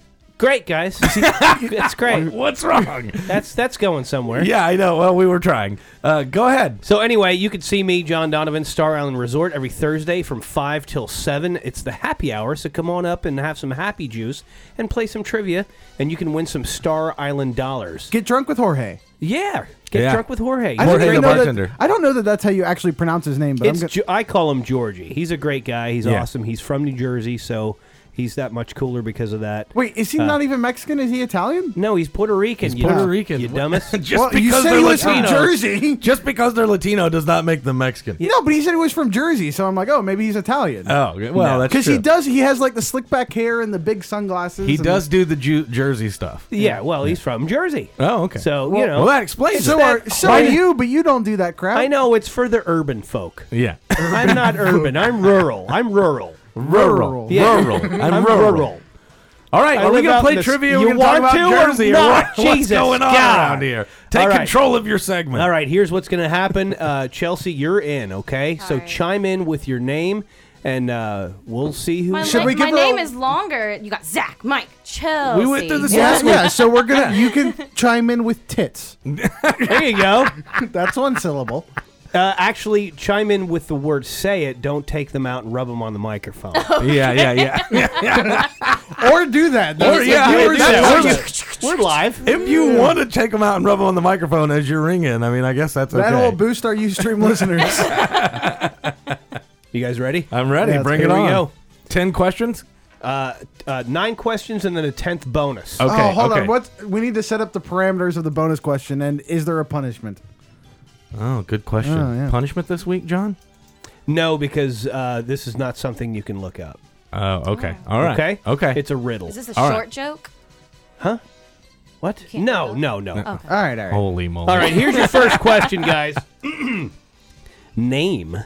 Speaker 4: Great, guys. that's great.
Speaker 2: What's wrong?
Speaker 4: That's that's going somewhere.
Speaker 2: Yeah, I know. Well, we were trying. Uh, go ahead.
Speaker 4: So anyway, you can see me, John Donovan, Star Island Resort every Thursday from five till seven. It's the happy hour, so come on up and have some happy juice and play some trivia, and you can win some Star Island dollars.
Speaker 3: Get drunk with Jorge.
Speaker 4: yeah, get
Speaker 2: Yeah.
Speaker 4: drunk with Jorge.
Speaker 3: I don't,
Speaker 2: Jorge
Speaker 3: really
Speaker 2: the
Speaker 3: know
Speaker 2: bartender.
Speaker 3: that, I don't know that that's how you actually pronounce his name, but I'm
Speaker 4: It's
Speaker 3: gonna,
Speaker 4: Ge- I call him Georgie. He's a great guy. He's
Speaker 2: Yeah.
Speaker 4: awesome. He's from New Jersey, so he's that much cooler because of that.
Speaker 3: wait, is he not even Mexican? Is he Italian?
Speaker 4: No, he's Puerto Rican. you-
Speaker 2: Puerto Rican.
Speaker 4: You dumbass.
Speaker 2: Just
Speaker 3: well, you said he was from Jersey.
Speaker 2: Just because they're Latino does not make them Mexican.
Speaker 3: No, but he said he was from Jersey, so I'm like, oh, maybe he's Italian.
Speaker 2: Oh, okay. well, that's
Speaker 3: Because
Speaker 2: true.
Speaker 3: he does, he has like the slick back hair and the big sunglasses.
Speaker 2: He
Speaker 3: and-
Speaker 2: does do the Ju- Jersey stuff.
Speaker 4: yeah, well, he's from Jersey.
Speaker 2: Oh, okay.
Speaker 4: So
Speaker 2: Well-
Speaker 4: you know,
Speaker 2: well, that explains
Speaker 3: So
Speaker 2: it.
Speaker 3: are so are you, but you don't do that crap.
Speaker 4: I know it's for the urban folk.
Speaker 2: Yeah.
Speaker 4: I'm not urban. I'm rural. I'm rural.
Speaker 2: Rural.
Speaker 4: Yeah.
Speaker 2: Rural. I'm,
Speaker 4: I'm
Speaker 2: rural.
Speaker 4: rural.
Speaker 2: All right.
Speaker 4: I
Speaker 2: are we
Speaker 4: live
Speaker 2: going
Speaker 4: out
Speaker 2: to
Speaker 4: in
Speaker 2: play
Speaker 4: the-
Speaker 2: trivia?
Speaker 4: You
Speaker 2: We're gonna
Speaker 4: want
Speaker 2: talk about
Speaker 4: to or
Speaker 2: Jersey
Speaker 4: not?
Speaker 2: what- What's
Speaker 4: Jesus
Speaker 2: going on
Speaker 4: God.
Speaker 2: around here? Take
Speaker 4: All right.
Speaker 2: control of your segment.
Speaker 4: All right, here's what's going to happen. Uh, Chelsea, you're in, okay? so
Speaker 5: right.
Speaker 4: chime in with your name and uh, we'll see who.
Speaker 5: My,
Speaker 3: Should
Speaker 5: la-
Speaker 3: we give
Speaker 5: my
Speaker 3: her
Speaker 5: name
Speaker 3: a-
Speaker 5: is longer. You got Zach, Mike, Chelsea.
Speaker 2: We went through this
Speaker 3: Yeah,
Speaker 2: last week.
Speaker 3: yeah. So we're gonna. You can chime in with tits.
Speaker 4: there you go.
Speaker 3: That's one syllable.
Speaker 4: Uh, actually, chime in with the word "say it." Don't take them out and rub them on the microphone.
Speaker 2: Yeah, yeah, yeah.
Speaker 3: Or do that. That's
Speaker 2: Or,
Speaker 3: what
Speaker 2: yeah,
Speaker 3: you were
Speaker 2: do that.
Speaker 3: saying.
Speaker 4: We're live.
Speaker 2: If you want to take them out and rub them on the microphone as you're ringing, I mean, I guess that's okay.
Speaker 3: That'll boost our UStream listeners.
Speaker 4: You guys ready?
Speaker 2: I'm ready.
Speaker 3: Yes,
Speaker 2: Bring
Speaker 3: here
Speaker 2: it
Speaker 3: we
Speaker 2: on.
Speaker 4: go.
Speaker 2: Ten questions.
Speaker 4: Uh, uh, nine questions and then a tenth bonus.
Speaker 2: Okay.
Speaker 3: oh, hold
Speaker 2: okay.
Speaker 3: on. What we need to set up the parameters of the bonus question, and is there a punishment?
Speaker 2: Oh, good question.
Speaker 3: Oh, yeah.
Speaker 2: Punishment this week, John?
Speaker 4: No, because uh, this is not something you can look up.
Speaker 2: Oh, okay. All right.
Speaker 4: Okay.
Speaker 2: Okay.
Speaker 4: It's a riddle.
Speaker 5: Is this a
Speaker 2: All right.
Speaker 5: short joke?
Speaker 4: what?
Speaker 5: can't
Speaker 4: No,
Speaker 5: look
Speaker 4: no, no.
Speaker 2: Uh-uh.
Speaker 5: Okay.
Speaker 3: All right, all right.
Speaker 2: Holy moly.
Speaker 4: All right, here's your first question, guys. Name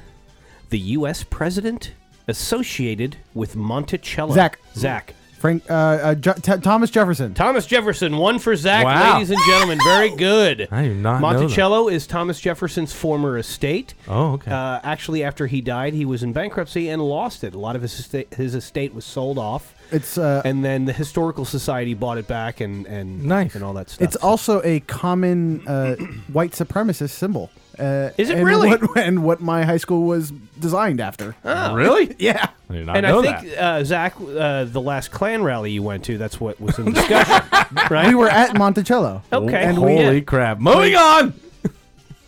Speaker 4: the U.S. president associated with Monticello.
Speaker 3: Zach.
Speaker 4: Zach.
Speaker 3: Frank uh, uh, Jo- T- Thomas Jefferson.
Speaker 4: Thomas Jefferson, one for Zach,
Speaker 2: Wow.
Speaker 4: ladies and gentlemen. Very good.
Speaker 2: I do not know that.
Speaker 4: Monticello is Thomas Jefferson's former estate.
Speaker 2: Oh, okay.
Speaker 4: Uh, actually, after he died, he was in bankruptcy and lost it. A lot of his estate, his estate was sold off,
Speaker 3: It's uh,
Speaker 4: and then the historical society bought it back and and
Speaker 2: Nice.
Speaker 4: and all that stuff.
Speaker 3: it's also a common uh, white supremacist symbol. Uh,
Speaker 4: Is it
Speaker 3: and
Speaker 4: really?
Speaker 3: What, and what my high school was designed after.
Speaker 2: Oh, really?
Speaker 3: Yeah.
Speaker 2: I did not
Speaker 4: and
Speaker 2: know
Speaker 4: I think uh, Zach, uh, the last Klan rally you went to, that's what was in discussion, right?
Speaker 3: We were at Monticello.
Speaker 2: that.
Speaker 4: okay.
Speaker 2: Oh,
Speaker 4: And we-
Speaker 2: Holy crap. Moving on.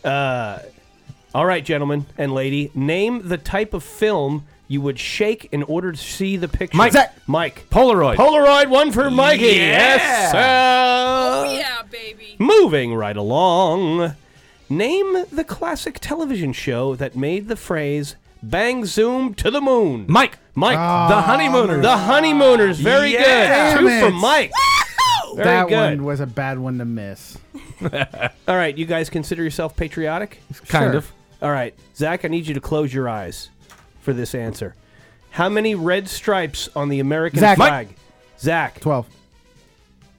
Speaker 4: Uh, All right, gentlemen and lady, name the type of film you would shake in order to see the picture.
Speaker 2: Mike. Zach.
Speaker 4: Mike.
Speaker 2: Polaroid.
Speaker 4: Polaroid, one for Mikey. Yes. sir.
Speaker 6: Yeah, baby.
Speaker 4: Moving right along. Name the classic television show that made the phrase "Bang Zoom to the Moon."
Speaker 2: Mike.
Speaker 4: Mike.
Speaker 2: the honeymooners.
Speaker 4: The Honeymooners. Very
Speaker 2: Yeah.
Speaker 4: good. Two
Speaker 3: Damn
Speaker 4: for
Speaker 3: it.
Speaker 4: Mike. Very
Speaker 3: that
Speaker 4: good.
Speaker 3: one was a bad one to miss.
Speaker 4: All right, you guys consider yourself patriotic?
Speaker 2: kind
Speaker 3: Sure.
Speaker 2: of.
Speaker 4: All right, Zach, I need you to close your eyes for this answer. How many red stripes on the American
Speaker 3: Zach.
Speaker 4: flag? Zach,
Speaker 3: Twelve.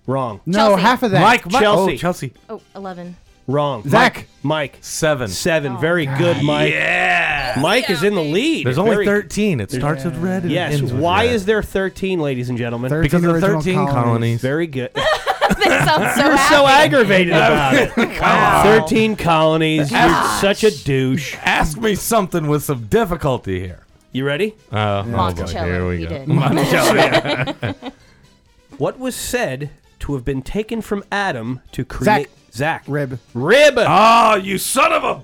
Speaker 4: wrong,
Speaker 3: No,
Speaker 5: Chelsea.
Speaker 3: half of that.
Speaker 2: Mike, Mike.
Speaker 4: Chelsea.
Speaker 2: Oh, Chelsea.
Speaker 5: Oh, 11.
Speaker 4: wrong.
Speaker 3: Zach.
Speaker 4: Mike, Mike,
Speaker 2: Seven. Oh,
Speaker 4: seven. Very good, Mike.
Speaker 2: Yeah.
Speaker 4: Mike is in the lead.
Speaker 2: There's only
Speaker 4: Very-
Speaker 2: 13. It starts with red and
Speaker 4: Yes.
Speaker 2: ends with
Speaker 4: Why
Speaker 2: red.
Speaker 4: is there 13, ladies and gentlemen?
Speaker 3: 13
Speaker 2: Because of the
Speaker 3: original
Speaker 2: 13
Speaker 3: colonies.
Speaker 2: colonies.
Speaker 4: Very good.
Speaker 5: That sounds so
Speaker 4: so
Speaker 5: happy.
Speaker 4: aggravated about it.
Speaker 5: Wow.
Speaker 4: 13 colonies. You're such a douche.
Speaker 2: Ask me something with some difficulty here.
Speaker 4: You ready?
Speaker 2: Oh, oh, boy,
Speaker 5: Monticello,
Speaker 2: here we
Speaker 5: he
Speaker 2: go.
Speaker 5: did.
Speaker 2: Monticello, yeah.
Speaker 4: What was said to have been taken from Adam to create Zach,
Speaker 3: Rib.
Speaker 4: rib?
Speaker 2: Oh, you son of a!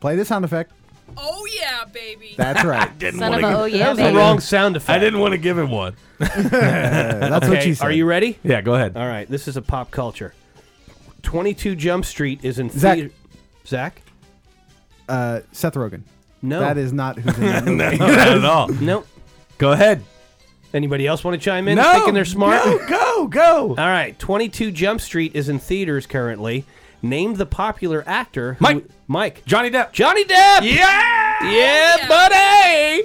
Speaker 3: Play the sound effect.
Speaker 6: Oh yeah, baby.
Speaker 3: That's right.
Speaker 2: Didn't
Speaker 5: Son
Speaker 2: wanna
Speaker 5: of a,
Speaker 2: give-
Speaker 5: oh
Speaker 4: that
Speaker 5: yeah,
Speaker 4: was
Speaker 5: baby.
Speaker 4: the wrong sound effect.
Speaker 2: I didn't want to give him one.
Speaker 3: That's what
Speaker 4: Okay,
Speaker 3: she said.
Speaker 4: Are you ready?
Speaker 2: Yeah, go ahead.
Speaker 4: All right. This is a pop culture. Twenty-two Jump Street is in
Speaker 3: Zach.
Speaker 4: theater. Zach.
Speaker 3: uh, Seth Rogen?
Speaker 4: No.
Speaker 3: That is not who's in that movie.
Speaker 2: no, not at all.
Speaker 4: No.
Speaker 2: Go ahead.
Speaker 4: Anybody else want to chime in?
Speaker 2: no,
Speaker 4: Thinking they're smart.
Speaker 2: No, go, go.
Speaker 4: All right. Twenty-two Jump Street is in theaters currently. Name the popular actor. who-
Speaker 2: Mike.
Speaker 4: Mike.
Speaker 2: Johnny Depp.
Speaker 4: Johnny Depp.
Speaker 2: yeah.
Speaker 4: Yeah,
Speaker 3: I
Speaker 4: buddy.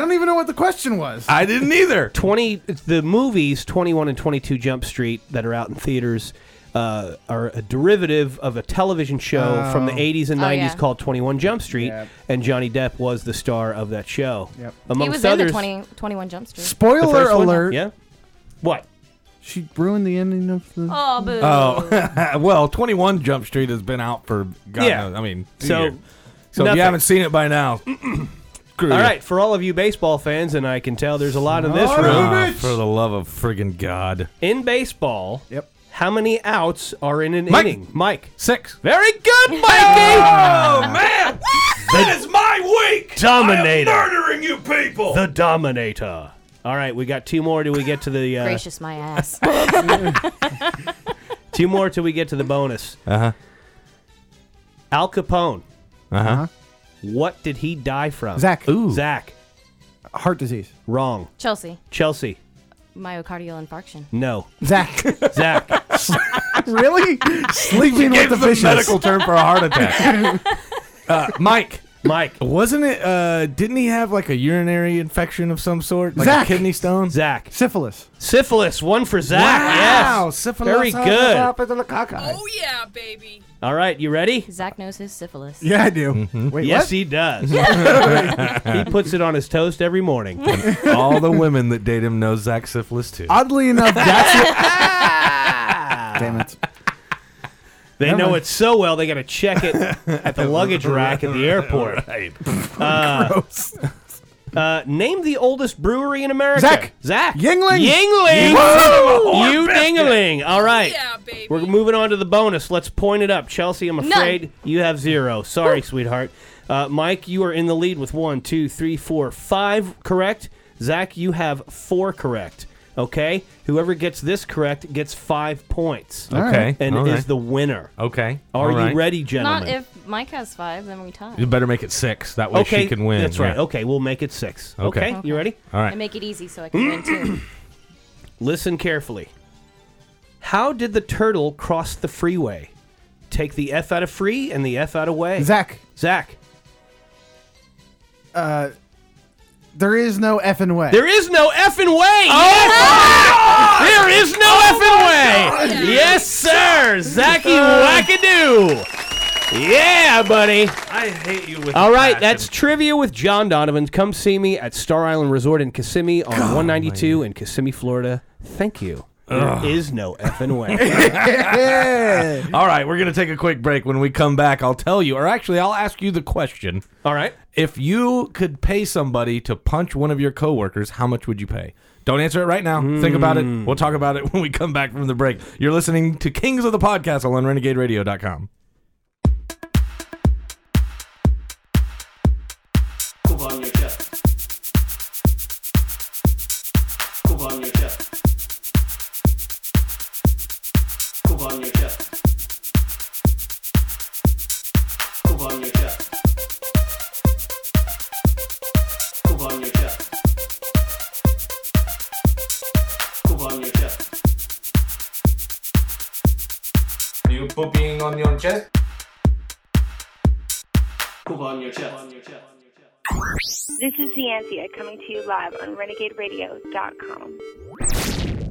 Speaker 3: don't even know what the question was.
Speaker 2: I didn't either.
Speaker 4: 20 the movies 21 and 22 jump street that are out in theaters uh, are a derivative of a television show from the 80s and
Speaker 5: Oh,
Speaker 4: 90s
Speaker 5: yeah.
Speaker 4: called 21 jump street
Speaker 3: Yep.
Speaker 4: and johnny depp was the star of that show
Speaker 3: Yep.
Speaker 5: He
Speaker 4: amongst
Speaker 5: was in
Speaker 4: others
Speaker 5: the 20, 21 Jump Street.
Speaker 4: the
Speaker 3: Spoiler
Speaker 4: first one?
Speaker 3: alert.
Speaker 4: yeah what
Speaker 3: She ruined the ending of the.
Speaker 5: Oh, boo.
Speaker 2: Oh, well, 21 Jump Street has been out for God
Speaker 4: Yeah.
Speaker 2: knows. I mean, two
Speaker 4: So,
Speaker 2: years. so if
Speaker 4: nothing.
Speaker 2: you haven't seen it by now, screw
Speaker 4: all
Speaker 2: you.
Speaker 4: right for all of you baseball fans and i can tell there's a lot in this
Speaker 3: Son of a
Speaker 4: room
Speaker 2: Ah,
Speaker 3: bitch.
Speaker 2: for the love of friggin' God,
Speaker 4: in baseball
Speaker 3: Yep.
Speaker 4: how many outs are in an
Speaker 2: Mike.
Speaker 4: inning mike
Speaker 2: six.
Speaker 4: very good mikey
Speaker 2: Oh man, that is my week.
Speaker 4: Dominator.
Speaker 2: I am murdering you people.
Speaker 4: the dominator all right we got two more do we get to the uh,
Speaker 5: Gracious my ass.
Speaker 4: Two more till we get to the bonus.
Speaker 2: uh huh.
Speaker 4: Al Capone.
Speaker 2: Uh huh.
Speaker 4: What did he die from?
Speaker 3: Zach.
Speaker 2: Ooh.
Speaker 4: Zach.
Speaker 3: Heart disease.
Speaker 4: Wrong.
Speaker 5: Chelsea,
Speaker 4: Chelsea.
Speaker 5: myocardial infarction.
Speaker 4: No.
Speaker 3: Zach.
Speaker 4: Zach.
Speaker 3: really? Sleeping with
Speaker 2: Gave
Speaker 3: the
Speaker 2: the,
Speaker 3: fishes.
Speaker 2: medical term for a heart attack. uh, Mike.
Speaker 4: Mike.
Speaker 2: Wasn't it? Uh, didn't he have like a urinary infection of some sort, like
Speaker 3: Zach.
Speaker 2: a kidney stone?
Speaker 4: Zach.
Speaker 3: Syphilis.
Speaker 4: Syphilis. One for Zach.
Speaker 2: Wow,
Speaker 4: Yes.
Speaker 2: Oh, syphilis.
Speaker 4: Very good.
Speaker 6: Oh yeah, baby.
Speaker 4: All All right, you ready?
Speaker 5: Zach knows his syphilis.
Speaker 3: Yeah, I do. Wait,
Speaker 4: Mm-hmm. yes,
Speaker 3: what?
Speaker 4: he does. he puts it on his toast every morning.
Speaker 2: All the women that date him know Zach syphilis too.
Speaker 3: Oddly enough, that's what. Damn it.
Speaker 4: They
Speaker 3: Never
Speaker 4: know
Speaker 3: mind.
Speaker 4: it so well they got to check it at the luggage rack at the airport.
Speaker 3: Gross.
Speaker 4: Uh, name the oldest brewery in America.
Speaker 3: Zach.
Speaker 4: Zach.
Speaker 3: Yingling.
Speaker 4: Yingling.
Speaker 3: Woo!
Speaker 4: You dingling. All right.
Speaker 6: Yeah, baby.
Speaker 4: We're moving on to the bonus. Let's point it up. Chelsea, I'm afraid you have zero. Sorry, sweetheart. Uh, Mike, you are in the lead with one, two, three, four, five correct. Zach, you have four correct. Okay? Whoever gets this correct gets five points
Speaker 3: All
Speaker 2: Okay.
Speaker 3: right.
Speaker 4: and
Speaker 2: all
Speaker 4: is
Speaker 2: right.
Speaker 4: the winner.
Speaker 2: okay.
Speaker 4: Are
Speaker 2: all right.
Speaker 4: you ready, gentlemen?
Speaker 5: Not if Mike has five, then we tie.
Speaker 2: You better make it six. That way she can win.
Speaker 4: That's
Speaker 2: yeah.
Speaker 4: right. Okay, we'll make it six.
Speaker 2: Okay.
Speaker 4: Okay, you ready?
Speaker 2: All
Speaker 5: I
Speaker 2: right.
Speaker 5: make it easy so I can win too.
Speaker 4: Listen carefully. How did the turtle cross the freeway? Take the F out of free and the F out of way.
Speaker 3: Zach,
Speaker 4: Zach.
Speaker 3: there is no effing way.
Speaker 4: There is no F and way. yes! There is no F and way. Yes, sir. Zachy wackadoo. Yeah, buddy.
Speaker 2: I hate you with
Speaker 4: All right, that's trivia with John Donovan. Come see me at Star Island Resort in Kissimmee on 192 in Kissimmee, Florida. Thank you. There is no effing way.
Speaker 3: Yeah.
Speaker 2: All right, we're going to take a quick break. When we come back, I'll tell you, or actually, I'll ask you the question.
Speaker 4: All right.
Speaker 2: If you could pay somebody to punch one of your coworkers, how much would you pay? Don't answer it right now. Think about it. We'll talk about it when we come back from the break. You're listening to Kings of the Podcastle on renegaderadio.com. You pooping on your chest?
Speaker 7: This is Zianthia coming to you live on RenegadeRadio.com.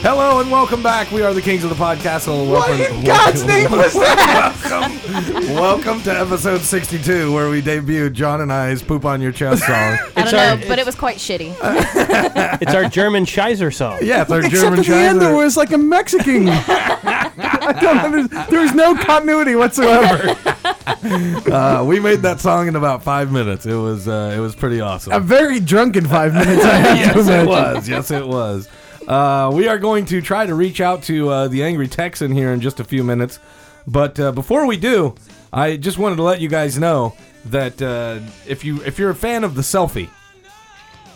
Speaker 2: Hello and welcome back. We are the Kings of the Podcastle. Welcome,
Speaker 3: What in God's name was that?
Speaker 2: welcome to episode 62, where we debuted John and I's Poop on Your Chest song.
Speaker 5: I don't know, but it was quite shitty.
Speaker 4: It's our German Scheiser song.
Speaker 2: yeah, it's our
Speaker 3: Except
Speaker 2: German
Speaker 3: at the end, there
Speaker 2: Scheiser.
Speaker 3: was like a Mexican. I don't understand. There was no continuity whatsoever.
Speaker 2: Uh, we made that song in about five minutes. It was uh, it was pretty awesome.
Speaker 3: A very drunken five minutes. I have to
Speaker 2: yes,
Speaker 3: imagine.
Speaker 2: it was. Yes, it was. Uh, we are going to try to reach out to uh, the angry Texan here in just a few minutes, but uh, before we do, I just wanted to let you guys know that uh, if you if you're a fan of the selfie,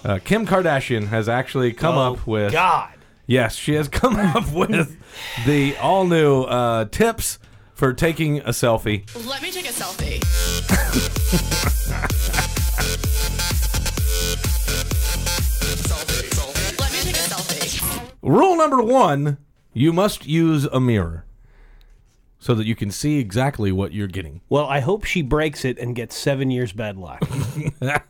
Speaker 2: uh, Kim Kardashian has actually come up with
Speaker 4: God.
Speaker 2: yes, she has come up with the all new uh, tips for taking a selfie.
Speaker 6: Let me take a selfie. Let me take a selfie.
Speaker 2: Rule number one: you must use a mirror so that you can see exactly what you're getting.
Speaker 4: Well, I hope she breaks it and gets seven years bed luck. and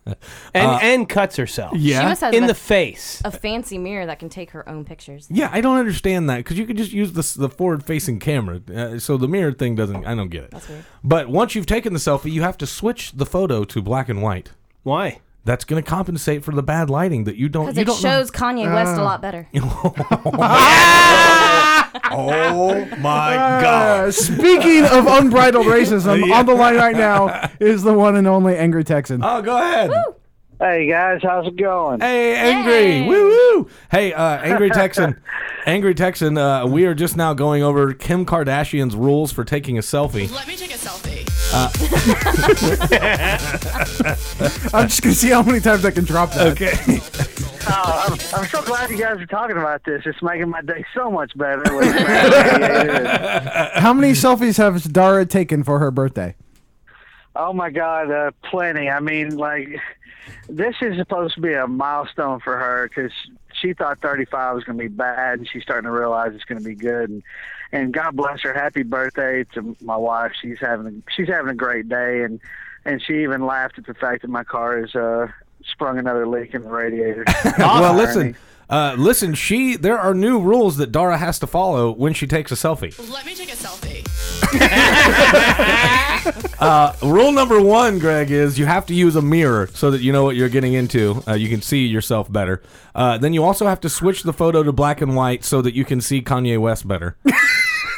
Speaker 4: and cuts herself.
Speaker 5: She must have
Speaker 4: In
Speaker 5: a,
Speaker 4: the face.
Speaker 5: a fancy mirror that can take her own pictures.
Speaker 2: Yeah, I don't understand that because you could just use this, the forward facing camera. Uh, so the mirror thing doesn't, I don't get it. That's
Speaker 5: weird.
Speaker 2: But once you've taken the selfie, you have to switch the photo to black and white.
Speaker 4: Why?
Speaker 2: That's going to compensate for the bad lighting that you don't.
Speaker 5: Because
Speaker 2: You
Speaker 5: it
Speaker 2: don't know- Ah.
Speaker 5: shows Kanye West a lot better.
Speaker 2: Oh my
Speaker 3: Uh, speaking of unbridled racism, on the line right now is the one and only angry Texan.
Speaker 2: Oh, go ahead.
Speaker 8: Hey guys, how's it going?
Speaker 2: Hey, angry.
Speaker 5: Yay.
Speaker 2: Woo woo. Hey, uh, angry Texan. angry Texan. Uh, we are just now going over Kim Kardashian's rules for taking a selfie.
Speaker 6: Let me take a selfie.
Speaker 3: I'm just gonna see how many times I can drop that.
Speaker 2: Okay.
Speaker 8: Oh, I'm, I'm so glad you guys are talking about this. It's making my day so much better. With-
Speaker 3: How many selfies has Dara taken for her birthday?
Speaker 8: oh my God, uh, plenty. I mean, like, this is supposed to be a milestone for her because she thought 35 was going to be bad, and she's starting to realize it's going to be good. And, and God bless her. Happy birthday to my wife. She's having she's having a great day, and and she even laughed at the fact that my car is uh sprung another leak in the radiator.
Speaker 2: Well,
Speaker 8: Irony.
Speaker 2: listen, uh, listen. She there are new rules that Dara has to follow when she takes a selfie.
Speaker 6: Let me take a selfie.
Speaker 2: Rule number one, Greg, is you have to use a mirror so that you know what you're getting into. Uh, you can see yourself better. Uh, then you also have to switch the photo to black and white so that you can see Kanye West better.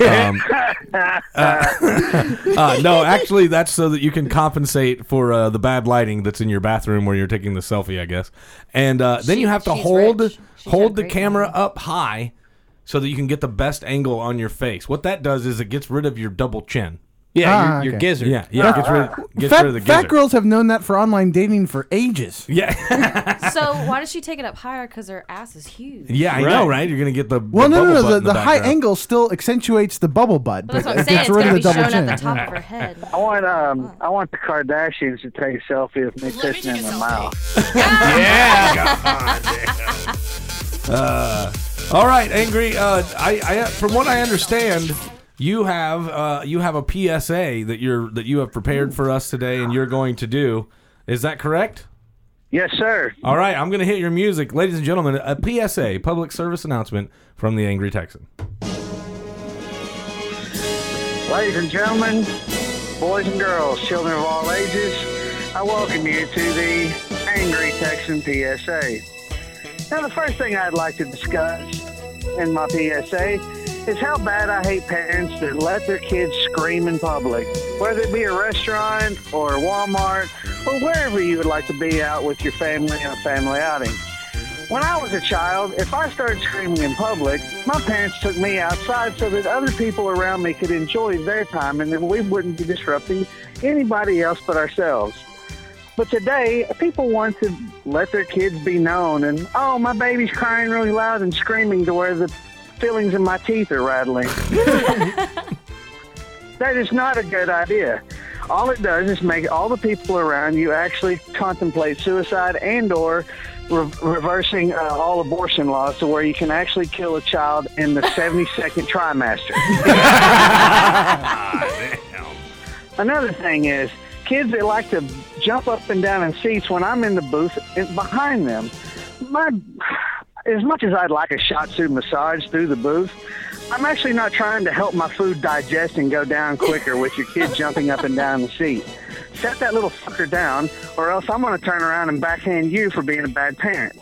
Speaker 2: um, uh, uh, no, actually, that's so that you can compensate for uh, the bad lighting that's in your bathroom where you're taking the selfie, I guess. And uh, then
Speaker 5: She-
Speaker 2: you have to
Speaker 5: she's
Speaker 2: hold
Speaker 5: rich. She's
Speaker 2: hold
Speaker 5: got
Speaker 2: the
Speaker 5: great
Speaker 2: camera
Speaker 5: lighting.
Speaker 2: up high so that you can get the best angle on your face. What that does is it gets rid of your double chin.
Speaker 4: Yeah,
Speaker 3: Ah,
Speaker 4: your, your
Speaker 3: okay.
Speaker 4: gizzard.
Speaker 2: Yeah, yeah, it gets rid, gets
Speaker 3: fat,
Speaker 2: rid of the
Speaker 3: fat
Speaker 2: gizzard.
Speaker 3: girls have known that for online dating for ages.
Speaker 2: Yeah,
Speaker 5: So why does she take it up higher? Because her ass is huge.
Speaker 2: yeah, I
Speaker 4: Right.
Speaker 2: know, right? You're gonna get the
Speaker 3: Well, no, no,
Speaker 2: bubble
Speaker 3: no.
Speaker 2: butt
Speaker 3: The,
Speaker 2: in
Speaker 3: the, high
Speaker 2: background.
Speaker 3: angle still accentuates the bubble bud,
Speaker 5: But that's
Speaker 3: but
Speaker 5: what I'm
Speaker 3: it
Speaker 5: saying.
Speaker 3: gets
Speaker 5: It's
Speaker 3: rid
Speaker 5: gonna
Speaker 3: of the
Speaker 5: be
Speaker 3: double
Speaker 5: shown
Speaker 3: chin.
Speaker 5: at the top of her head.
Speaker 8: I want um, I want the Kardashians to take a selfie of me
Speaker 6: Let me
Speaker 8: pissing
Speaker 6: take a
Speaker 8: in their
Speaker 6: selfie.
Speaker 8: mouth.
Speaker 2: Uh, All right, angry. Uh, I, I, from what I understand, you have, uh, you have a PSA that you're that you have prepared for us today, and you're going to do. Is that correct?
Speaker 8: Yes, sir.
Speaker 2: All right, I'm gonna hit your music, ladies and gentlemen. A PSA, public service announcement from the Angry Texan.
Speaker 8: Ladies and gentlemen, boys and girls, children of all ages, I welcome you to the Angry Texan PSA. Now, the first thing I'd like to discuss in my PSA is how bad I hate parents that let their kids scream in public, whether it be a restaurant or Walmart or wherever you would like to be out with your family on a family outing. When I was a child, if I started screaming in public, my parents took me outside so that other people around me could enjoy their time and that we wouldn't be disrupting anybody else but ourselves. But today, people want to let their kids be known and, oh, my baby's crying really loud and screaming to where the fillings in my teeth are rattling. that is not a good idea. All it does is make all the people around you actually contemplate suicide and or re- reversing uh, all abortion laws to where you can actually kill a child in the 72nd trimester. Another thing is kids that like to jump up and down in seats when I'm in the booth in- behind them. My as much as I'd like a shiatsu massage through the booth, I'm actually not trying to help my food digest and go down quicker with your kid jumping up and down the seat. Set that little fucker down, or else I'm going to turn around and backhand you for being a bad parent.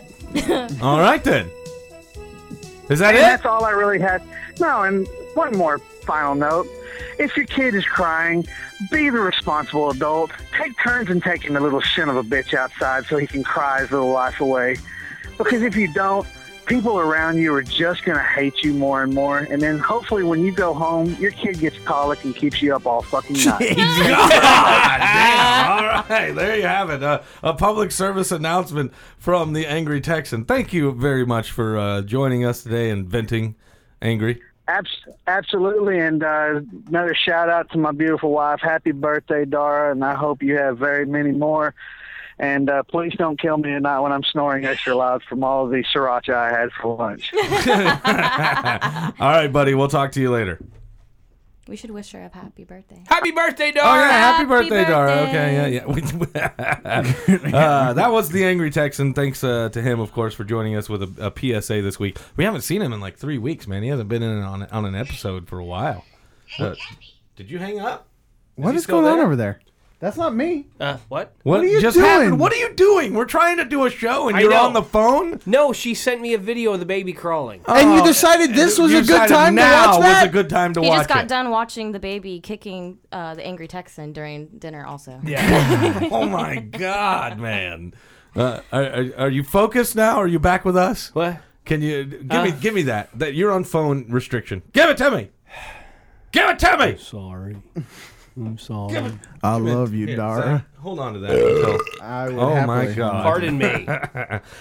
Speaker 2: All right then. Is that
Speaker 8: And
Speaker 2: it?
Speaker 8: that's all I really had. No, and one more final note. If your kid is crying, be the responsible adult. Take turns in taking the little son of a bitch outside so he can cry his little life away. Because if you don't, people around you are just going to hate you more and more. And then hopefully when you go home, your kid gets colic and keeps you up all fucking night.
Speaker 2: God Ah, damn. All right, there you have it. Uh, a public service announcement from the Angry Texan. Thank you very much for uh, joining us today and venting angry.
Speaker 8: Abs- absolutely. And uh, another shout out to my beautiful wife. Happy birthday, Dara. And I hope you have very many more. And uh, please don't kill me tonight when I'm snoring extra loud from all the sriracha I had for lunch.
Speaker 2: All right, buddy. We'll talk to you later.
Speaker 5: We should wish her a happy birthday.
Speaker 4: Happy birthday,
Speaker 2: Oh,
Speaker 4: dog.
Speaker 2: yeah. Happy
Speaker 5: Happy
Speaker 2: birthday, Dara.
Speaker 5: birthday.
Speaker 2: Okay. Yeah. Yeah. uh, that was the Angry Texan. Thanks uh, to him, of course, for joining us with a, a PSA this week. We haven't seen him in like three weeks, man. He hasn't been in on, on an episode for a while. Uh, did you hang up?
Speaker 3: What
Speaker 2: he
Speaker 3: is
Speaker 2: still
Speaker 3: going on
Speaker 2: there?
Speaker 3: over there? That's not me.
Speaker 4: Uh, what?
Speaker 2: What,
Speaker 3: are you
Speaker 2: just
Speaker 3: doing?
Speaker 2: happened? What are you doing? We're trying to do a show and
Speaker 4: I
Speaker 2: you're
Speaker 4: know.
Speaker 2: on the phone.
Speaker 4: No, she sent me a video of the baby crawling.
Speaker 3: and you decided this was
Speaker 2: You
Speaker 3: a good
Speaker 2: decided
Speaker 3: time to
Speaker 2: now
Speaker 3: watch that?
Speaker 2: was a good time to
Speaker 5: He
Speaker 2: watch
Speaker 5: just got
Speaker 2: it.
Speaker 5: done watching the baby kicking uh, the angry Texan during dinner. Also,
Speaker 2: Yeah. oh my God, man. Uh, are, are, are you focused now? Are you back with us?
Speaker 4: What?
Speaker 2: Can you give me give me that that you're on phone restriction? Give it to me. Give it to me.
Speaker 4: Sorry. I'm sorry.
Speaker 3: I love you,
Speaker 2: Here,
Speaker 3: Dara.
Speaker 2: Zach, hold on to that. until-
Speaker 3: I would
Speaker 2: oh my
Speaker 3: happily-
Speaker 2: God.
Speaker 4: Pardon me.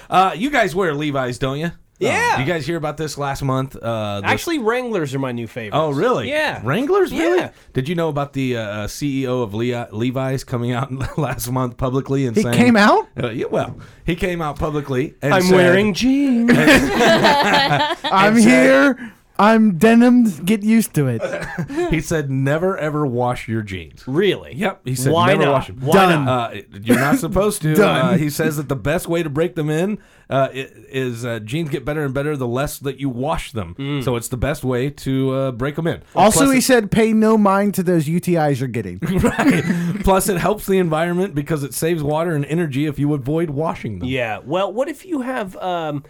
Speaker 2: Uh, you guys wear Levi's, don't you?
Speaker 4: Yeah.
Speaker 2: You guys hear about this last month? Uh, this-
Speaker 4: Actually, Wranglers are my new favorite.
Speaker 2: Oh really?
Speaker 4: Yeah.
Speaker 2: Wranglers really?
Speaker 4: Yeah.
Speaker 2: Did you know about the uh, uh, CEO of Le- Levi's coming out last month publicly and
Speaker 3: He
Speaker 2: saying
Speaker 3: came out?
Speaker 2: Uh, yeah, well, he came out publicly. And
Speaker 4: I'm
Speaker 2: said-
Speaker 4: wearing jeans.
Speaker 3: I'm here. I'm denimed. Get used to it.
Speaker 2: He said, "Never ever wash your jeans."
Speaker 4: Really?
Speaker 2: Yep, he said,
Speaker 4: Why
Speaker 2: "Never
Speaker 4: not?
Speaker 2: wash them."
Speaker 4: Why
Speaker 3: Done.
Speaker 4: not?
Speaker 2: Uh, you're not supposed to.
Speaker 3: Done.
Speaker 2: Uh, he says that the best way to break them in uh, i- is uh, jeans get better and better the less that you wash them.
Speaker 4: Mm.
Speaker 2: So it's the best way to uh, break them in.
Speaker 3: Also,
Speaker 2: Plus
Speaker 3: he
Speaker 2: it-
Speaker 3: said, pay no mind to those UTIs you're getting.
Speaker 2: right. Plus, it helps the environment because it saves water and energy if you avoid washing them.
Speaker 4: Yeah. Well, what if you have um,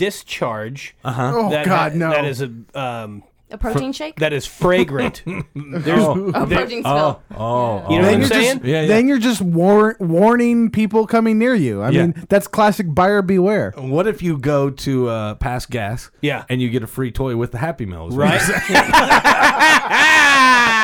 Speaker 4: discharge? Uh
Speaker 2: Uh-huh.
Speaker 4: huh.
Speaker 3: Oh, God, no.
Speaker 4: That is a um,
Speaker 5: A protein shake?
Speaker 4: that is fragrant. There's,
Speaker 5: a
Speaker 4: there-
Speaker 5: protein
Speaker 2: Oh,
Speaker 5: smell.
Speaker 2: oh,
Speaker 4: you know what
Speaker 3: Then
Speaker 4: I'm
Speaker 3: you're,
Speaker 4: saying?
Speaker 3: just,
Speaker 2: Yeah, yeah.
Speaker 3: then you're just war- warning people coming near you. I
Speaker 2: Yeah.
Speaker 3: mean, that's classic buyer beware.
Speaker 2: What if you go to uh, Pass Gas?
Speaker 4: Yeah.
Speaker 2: And you get a free toy with the Happy Meal. is what
Speaker 4: right?
Speaker 2: you're saying.
Speaker 4: Ah.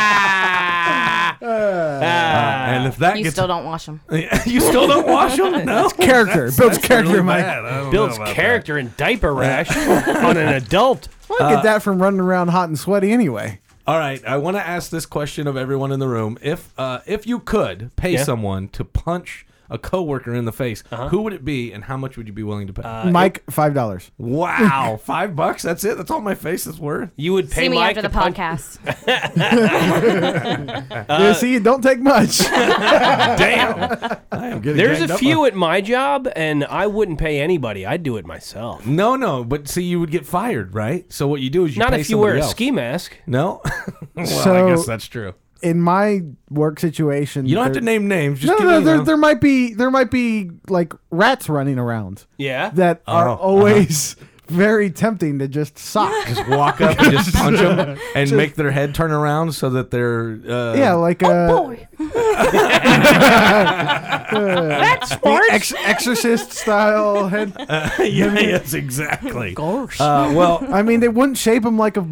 Speaker 2: And if that
Speaker 5: You
Speaker 2: gets.
Speaker 5: still don't wash them.
Speaker 2: you still don't wash them? No.
Speaker 3: Character builds character,
Speaker 2: Really
Speaker 3: Mike.
Speaker 2: bad. I don't know
Speaker 4: builds
Speaker 2: about that.
Speaker 4: character in diaper rash on an adult.
Speaker 3: I get that from running around hot and sweaty anyway.
Speaker 2: All right, I want to ask this question of everyone in the room: If uh, if you could pay
Speaker 4: Yeah. Uh-huh.
Speaker 2: someone to punch a coworker in the face, who would it be, and how much would you be willing to pay?
Speaker 4: Uh,
Speaker 3: Mike, five dollars.
Speaker 2: uh, wow, five bucks? That's it? That's all my face is worth?
Speaker 4: You would pay
Speaker 5: See me
Speaker 4: Mike
Speaker 5: after
Speaker 4: to
Speaker 5: the
Speaker 4: punch-
Speaker 5: podcast.
Speaker 3: yeah, see, it don't take much.
Speaker 2: Damn, I am getting
Speaker 4: There's
Speaker 2: ganged
Speaker 4: a
Speaker 2: up
Speaker 4: few
Speaker 2: on-
Speaker 4: at my job, and I wouldn't pay anybody. I'd do it myself.
Speaker 2: No, no, but see, you would get fired, right? So what you do is you
Speaker 4: Not
Speaker 2: pay
Speaker 4: if you wear
Speaker 2: somebody
Speaker 4: a
Speaker 2: else.
Speaker 4: ski mask.
Speaker 2: No, well,
Speaker 3: So-
Speaker 2: I guess that's true.
Speaker 3: In my work situation,
Speaker 2: You don't have to
Speaker 3: there-
Speaker 2: name names. Just
Speaker 3: No,
Speaker 2: give
Speaker 3: no,
Speaker 2: me
Speaker 3: there,
Speaker 2: the-
Speaker 3: there might be there might be like rats running around
Speaker 4: Yeah.
Speaker 3: that are
Speaker 2: uh-huh.
Speaker 3: always very tempting to just sock.
Speaker 2: Just walk up and just punch them and make their head turn around so that they're uh,
Speaker 3: yeah, like uh,
Speaker 4: That's
Speaker 3: the ex- exorcist style head.
Speaker 2: yeah, yes, exactly. Uh, well,
Speaker 3: I mean, they wouldn't shape them like a